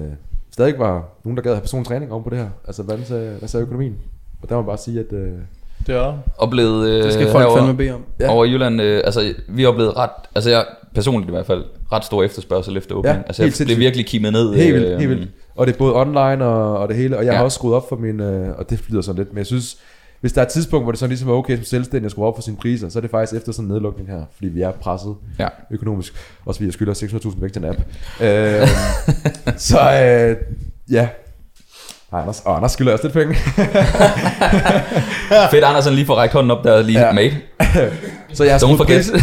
stadig var nogen, der gad have personlig træning oven på det her. Altså, hvordan sagde, hvad sagde økonomien? Og der må man bare sige, at øh,
Det er
Oplevede øh,
Det skal folk
herovre-
fandme bede om.
Ja.
ja. over i Jylland, øh, altså vi oplevede ret, altså jeg personligt i hvert fald, ret stor efterspørgsel efter åbning. Ja,
Ja,
altså jeg
helt
blev
sindssygt.
virkelig kimet ned. øh,
helt vildt, helt vildt. Og det er både online og, og det hele, og jeg ja.
Ja.
har også skruet op for min, øh, og det lyder sådan lidt, men jeg synes, hvis der er et tidspunkt, hvor det sådan ligesom er okay som selvstændig at skrue op for sine priser, så er det faktisk efter sådan en nedlukning her, fordi vi er presset.
Ja.
økonomisk. Også fordi jeg skylder 600.000 væk til en app. Øh, så øh, ja. Ej, Anders, og Anders skylder også lidt penge.
mm. Fedt, Andersen lige får rækket hånden op der og lige, ja.
Ja.
mate,
så jeg har,
don't
skruet
forget.
pris,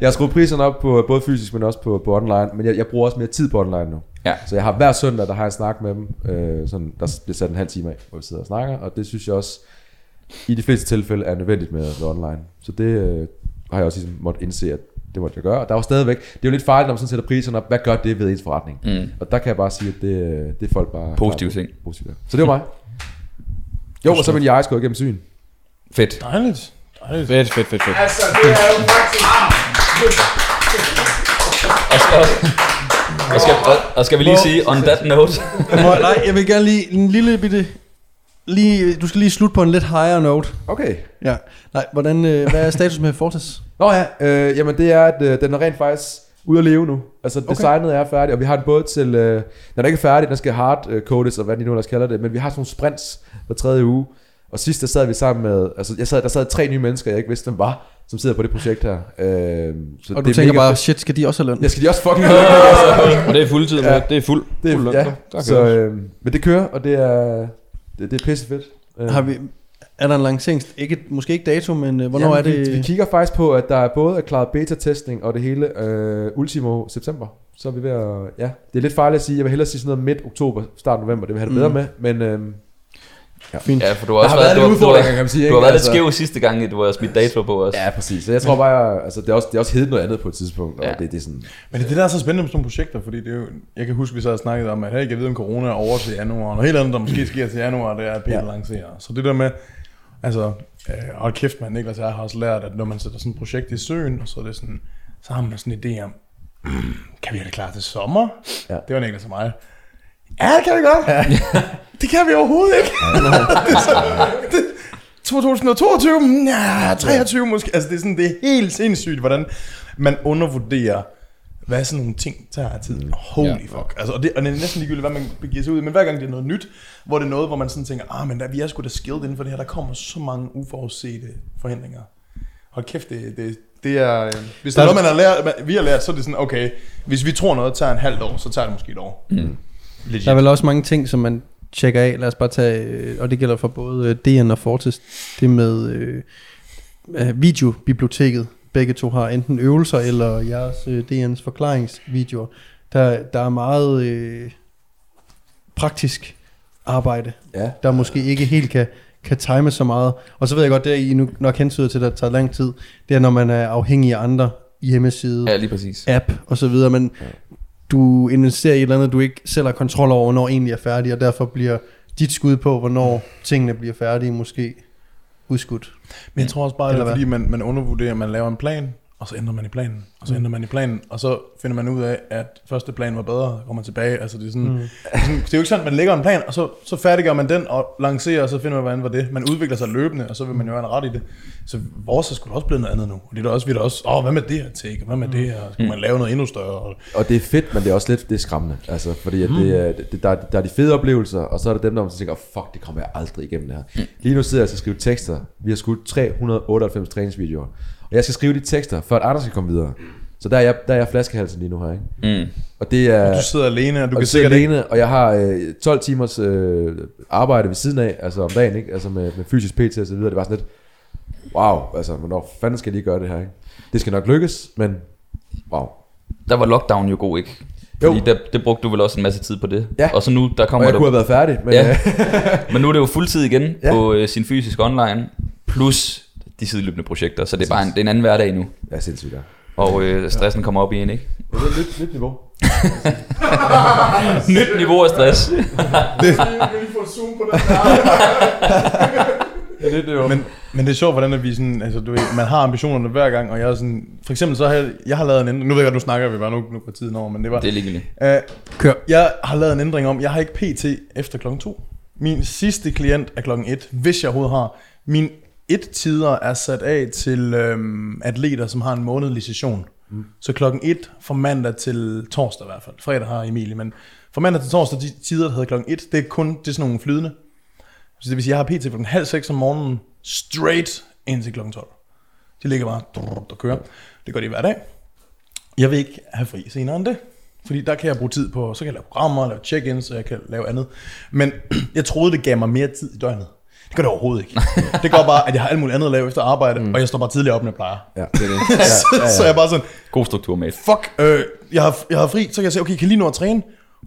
jeg har skruet priserne op på både fysisk, men også på, på online. Men jeg, jeg bruger også mere tid på online nu.
Ja.
Så jeg har hver søndag, der har jeg snak med dem. Øh, sådan, der bliver sat en halv time af, hvor vi sidder og snakker. Og det synes jeg også, i de fleste tilfælde, er nødvendigt med, med online. Så det øh, har jeg også ligesom måttet indse, at det måtte jeg gøre. Og der var stadigvæk, det er jo lidt farligt, når man sådan sætter priserne op, hvad gør det ved ens forretning?
Mm.
Og der kan jeg bare sige, at det, øh, det er folk bare...
Positive ting.
Positive. Så det var mig. Jo, og så min jeg skulle igennem syn.
Fedt.
Dejligt. Dejligt.
Fedt, fedt, fedt, fedt.
Altså, det er jo faktisk...
Og skal, og skal, og- og skal vi lige sige, on that note,
Må, nej, jeg vil gerne lige en lille bitte... Lige, du skal lige slutte på en lidt higher note.
Okay.
Ja. Nej, hvordan, øh, hvad er status med Fortis?
Nå ja, øh, jamen det er, at øh, den er rent faktisk ude at leve nu. Altså okay. designet er færdigt, og vi har den både til, øh, den er ikke færdig, den skal hardcodes, og hvad de nu ellers kalder det, men vi har sådan nogle sprints hver tredje uge. Og sidst der sad vi sammen med, altså jeg sad, der sad tre nye mennesker, jeg ikke vidste, hvem var, som sidder på det projekt her. Øh, så
Og
det
du
er
tænker
mega
bare,
fedt.
shit, skal de også have løn?
jeg skal de også fucking have løn, altså.
Og det er fuldtid,
Ja.
ja. det er fuld.
det
fuld
er,
løn,
ja,
der. Der
så, øh, men det kører, og det er, det, det er pissefedt. Øh,
Har vi, er der en lancering? Ikke, måske ikke dato, men øh, hvornår
Jamen,
er det?
Vi, vi kigger faktisk på, at der er både er klaret beta-testing og det hele øh, ultimo september. Så er vi ved at... Ja, det er lidt farligt at sige. Jeg vil hellere sige sådan noget midt oktober, start november. Det vil jeg have det bedre med. Men øh,
ja, for du har også
har
været,
været
du,
lidt
har- du,
udfordringer, kan man sige,
har- du har
ikke?
været lidt skæv
Altså.
sidste gang, at du har smidt dato på os.
ja, præcis. Så jeg tror bare, jeg, altså, det er også, det er også heddet noget andet på et tidspunkt. Og
Ja.
ja. det, det er sådan...
Men det er det, der er så spændende med sådan nogle projekter, fordi det er jo, jeg kan huske, vi så havde snakket om, at hey, jeg ved, om corona er over til januar, og noget helt andet, der måske sker til januar, det er, at Peter ja.
Ja.
lancerer. Så det der med, altså, øh, hold kæft, man, Niklas og jeg har også lært, at når man sætter sådan et projekt i søen, og så er det sådan, så har man sådan en idé om, "Mm, kan vi have det klar til sommer? Ja.
Ja.
Det var Niklas og mig. Ja, det kan vi godt. Ja. det kan vi overhovedet ikke. det er så, det, 2022, mm, ja, 23 måske. Altså, det er, sådan, det er helt sindssygt, hvordan man undervurderer, hvad sådan nogle ting tager af tid. Holy yeah. fuck. Altså, og, det, og det er næsten ligegyldigt, hvad man begiver sig ud i. Men hver gang det er noget nyt, hvor det er noget, hvor man sådan tænker, ah, men der, vi er sgu da skilled inden for det her. Der kommer så mange uforudsete forhindringer. Hold kæft, det, det, det er... øh, Hvis der er noget, man har lært, man, vi har lært, så er det sådan, okay, hvis vi tror noget tager en halvt år, så tager det måske et år.
Der er vel også mange ting, som man tjekker af. Lad os bare tage, øh, og det gælder for både øh, DN og Fortis, det med øh, øh, videobiblioteket. Begge to har enten øvelser eller jeres øh, DN's forklaringsvideoer. Der, der er meget øh, praktisk arbejde,
Ja.
der måske ikke helt kan, kan time så meget. Og så ved jeg godt, det er I nu nok hensyder til, at det tager lang tid. Det er, når man er afhængig af andre hjemmesider,
Ja, lige præcis.
app og så videre, men du investerer i et eller andet, du ikke selv har kontrol over, hvornår egentlig er færdig, og derfor bliver dit skud på, hvornår tingene bliver færdige, måske udskudt.
Men jeg tror også bare, at det
Eller
er
hvad?
fordi, man, man undervurderer, at man laver en plan, og så ændrer man i planen, og så ændrer man i planen, og så finder man ud af, at første plan var bedre, og kommer tilbage. Altså, det, er sådan, mm. det er sådan- det er jo ikke sådan, at man lægger en plan, og så, så færdiggør man den og lancerer, og så finder man, hvordan var det. Man udvikler sig løbende, og så vil man jo have en ret i det. Så vores er sgu da også blevet noget andet nu. Og det er da også, vi er da også, åh, hvad med det her take, og hvad med det her, skulle man lave noget endnu større? Og
Og det er fedt, men det er også lidt det er skræmmende. Altså, fordi at det,
Hmm.
er- det, der, er- der er de fede oplevelser, og så er der dem, der man tænker, oh, fuck, det kommer jeg aldrig igennem det her.
Hmm.
Lige nu sidder jeg og skal skrive tekster. Vi har skudt 398 træningsvideoer. Og jeg skal skrive de tekster, før at andre skal komme videre. Så der er jeg, der er jeg flaskehalsen lige nu her, ikke?
Mm.
Og det er...
du sidder alene, og du
og
kan
jeg sidder
sikkert ikke...
alene, og jeg har øh, 12 timers øh, arbejde ved siden af, altså om dagen, ikke? Altså med, med fysisk PT og så videre. Det var sådan lidt, wow, altså, hvornår fanden skal jeg lige gøre det her, ikke? Det skal nok lykkes, men wow.
Der var lockdown jo god, ikke?
Jo.
Fordi der, det brugte du vel også en masse tid på det.
Ja.
Og så nu, der
Og
kommer
jeg
du...
kunne have været færdig, men...
Ja.
øh,
Men nu er det jo fuldtid igen ja.
Ja.
på øh, sin fysiske online, plus de sideløbende projekter, så det er bare en, det er en anden hverdag nu.
Ja, sindssygt. Ja.
Og øh, stressen kommer op i en, ikke?
Det er lidt, lidt niveau.
Nyt niveau af stress.
Vi vil få zoom på den der.
lidt niveau.
Men, men det er sjovt, hvordan at vi sådan, altså, du ved, man har ambitionerne hver gang, og jeg er sådan, for eksempel så har jeg, jeg har lavet en ændring, nu ved jeg godt, nu snakker vi bare, nu, nu går tiden over, men det var,
Det er ligegyldigt.
Øh, Kør. Jeg har lavet en ændring om, jeg har ikke PT efter klokken 2. Min sidste klient er klokken 1, hvis jeg overhovedet har. Min et tider er sat af til øhm, atleter, som har en månedlig session. Mm. Så klokken 1 fra mandag til torsdag i hvert fald. Fredag har Emilie, men fra mandag til torsdag, de tider, der hedder klokken 1, det er kun det er sådan nogle flydende. Så det vil sige, jeg har PT klokken halv seks om morgenen, straight indtil klokken 12. De ligger bare drrrt og kører. Det gør de hver dag. Jeg vil ikke have fri senere end det. Fordi der kan jeg bruge tid på, så kan jeg lave programmer, lave check-ins, og jeg kan lave andet. Men jeg troede, det gav mig mere tid i døgnet. Det gør det overhovedet ikke. Det gør bare, at jeg har alt muligt andet at lave efter arbejde, mm. og jeg står bare tidligere op, end jeg plejer.
Ja, det er det.
Ja, så, ja, ja. så jeg er bare sådan,
God struktur, mate.
fuck, øh, jeg, har, jeg har fri, så kan jeg sige, okay, jeg kan lige nå at træne.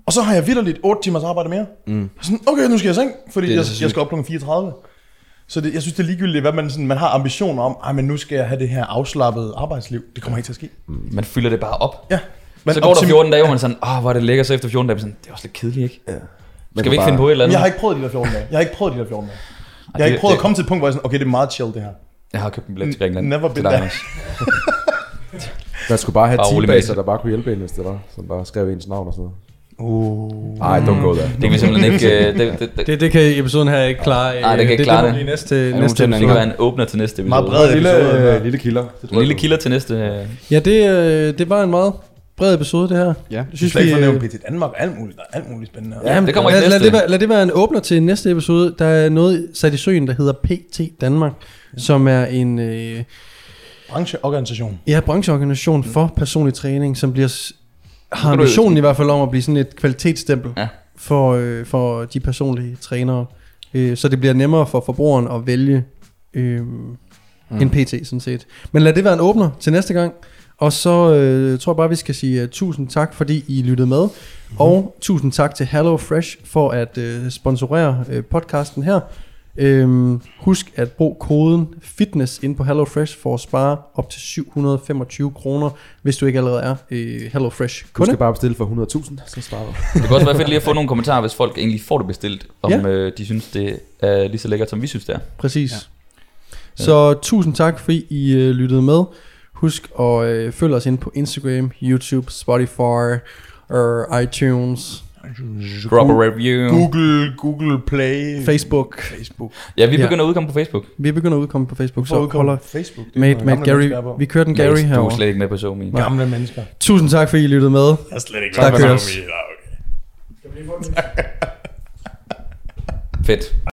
Og så har jeg vidderligt 8 timers arbejde mere. Mm. Sådan, okay, nu skal jeg i seng, fordi jeg, jeg skal op kl. 34. Så det, jeg synes, det er ligegyldigt, hvad man, sådan, man har ambitioner om. Ej, men nu skal jeg have det her afslappede arbejdsliv. Det kommer ikke til at ske.
Man fylder det bare op.
Ja.
Men så går der 14 dage, hvor man er sådan, åh, hvor er det lækkert, så efter 14 dage, er man sådan, det er også lidt kedeligt, ikke? Ja. Skal vi ikke
bare-
finde på et eller andet?
Jeg har ikke prøvet de der 14 dage. Jeg har ikke prøvet de der 14 dage.
Ej,
Jeg har
det-
ikke prøvet
det-
at komme til et punkt, hvor jeg er sådan, okay, det er meget chill det her.
Jeg har købt en billet til Grækenland.
Never
Til
been
dig,
there.
Anders.
Man skulle bare have
Bare rolig med
teambaser,
det.
der bare kunne hjælpe en, hvis det var. Som bare skrev ens navn og sådan noget.
Uh.
Nej, don't go there.
Det kan vi simpelthen ikke... øh, det, det, det,
Det, det kan episoden her ikke klare. Øh,
Nej, det kan ikke
det,
klare
det. må
det.
blive næste,
det,
næste
det, det kan
episode.
være en åbner til næste episode.
Meget bred
Lille,
episode.
øh, lille kilder. Det tror
En
jeg
lille
på.
kilder til næste... øh,
Ja, det, øh, det var en meget bred episode, det her.
Ja.
det
Jeg synes,
synes
vi
vi...
ikke
øh,
nævnt PT Danmark. Alt muligt. Der er alt muligt spændende.
Jamen,
det kommer i
lad, lad,
næste.
det være, lad det være en åbner til næste episode. Der er noget sat i søen, der hedder PT Danmark, som er en øh,
Brancheorganisation.
ja, brancheorganisation for personlig træning, som bliver s- har
kan du-
ambitionen i hvert fald om at blive sådan et kvalitetsstempel
Ja.
for, øh, for de personlige trænere. Øh, så det bliver nemmere for forbrugeren at vælge øh, mm. en PT sådan set. Men lad det være en åbner til næste gang. Og så øh, tror jeg bare, vi skal sige uh, tusind tak, fordi I lyttede med. Mm-hmm. Og tusind tak til Hello Fresh for at øh, sponsorere øh, podcasten her. Øhm, husk at bruge koden FITNESS ind på HelloFresh for at spare op til 725 kroner, hvis du ikke allerede er øh, HelloFresh
Du
kunde.
skal bare bestille for 100.000, så sparer du.
Det kunne også være fedt lige at få nogle kommentarer, hvis folk egentlig får det bestilt, om
Ja.
øh, de synes, det er lige så lækkert, som vi synes, det er.
Præcis. Ja. Så tusind tak, fordi I øh, lyttede med. Husk at øh, følge os ind på Instagram, YouTube, Spotify, øh, iTunes,
Drop a review.
Google, Google Play.
Facebook.
Facebook.
Ja, vi
Ja.
begynder at udkomme på Facebook.
Vi begynder at udkomme på Facebook, så
Så
holder
Facebook. Det er
Mate,
noget,
mate,
gamle mennesker er på.
Gary, vi kører den Gary
Du er
herovre.
slet ikke med på Zoom.
Gamle mennesker.
Tusind tak, fordi I lyttede med.
Jeg er slet ikke
Tak, Køres.
Skal vi lige få den?
Fedt.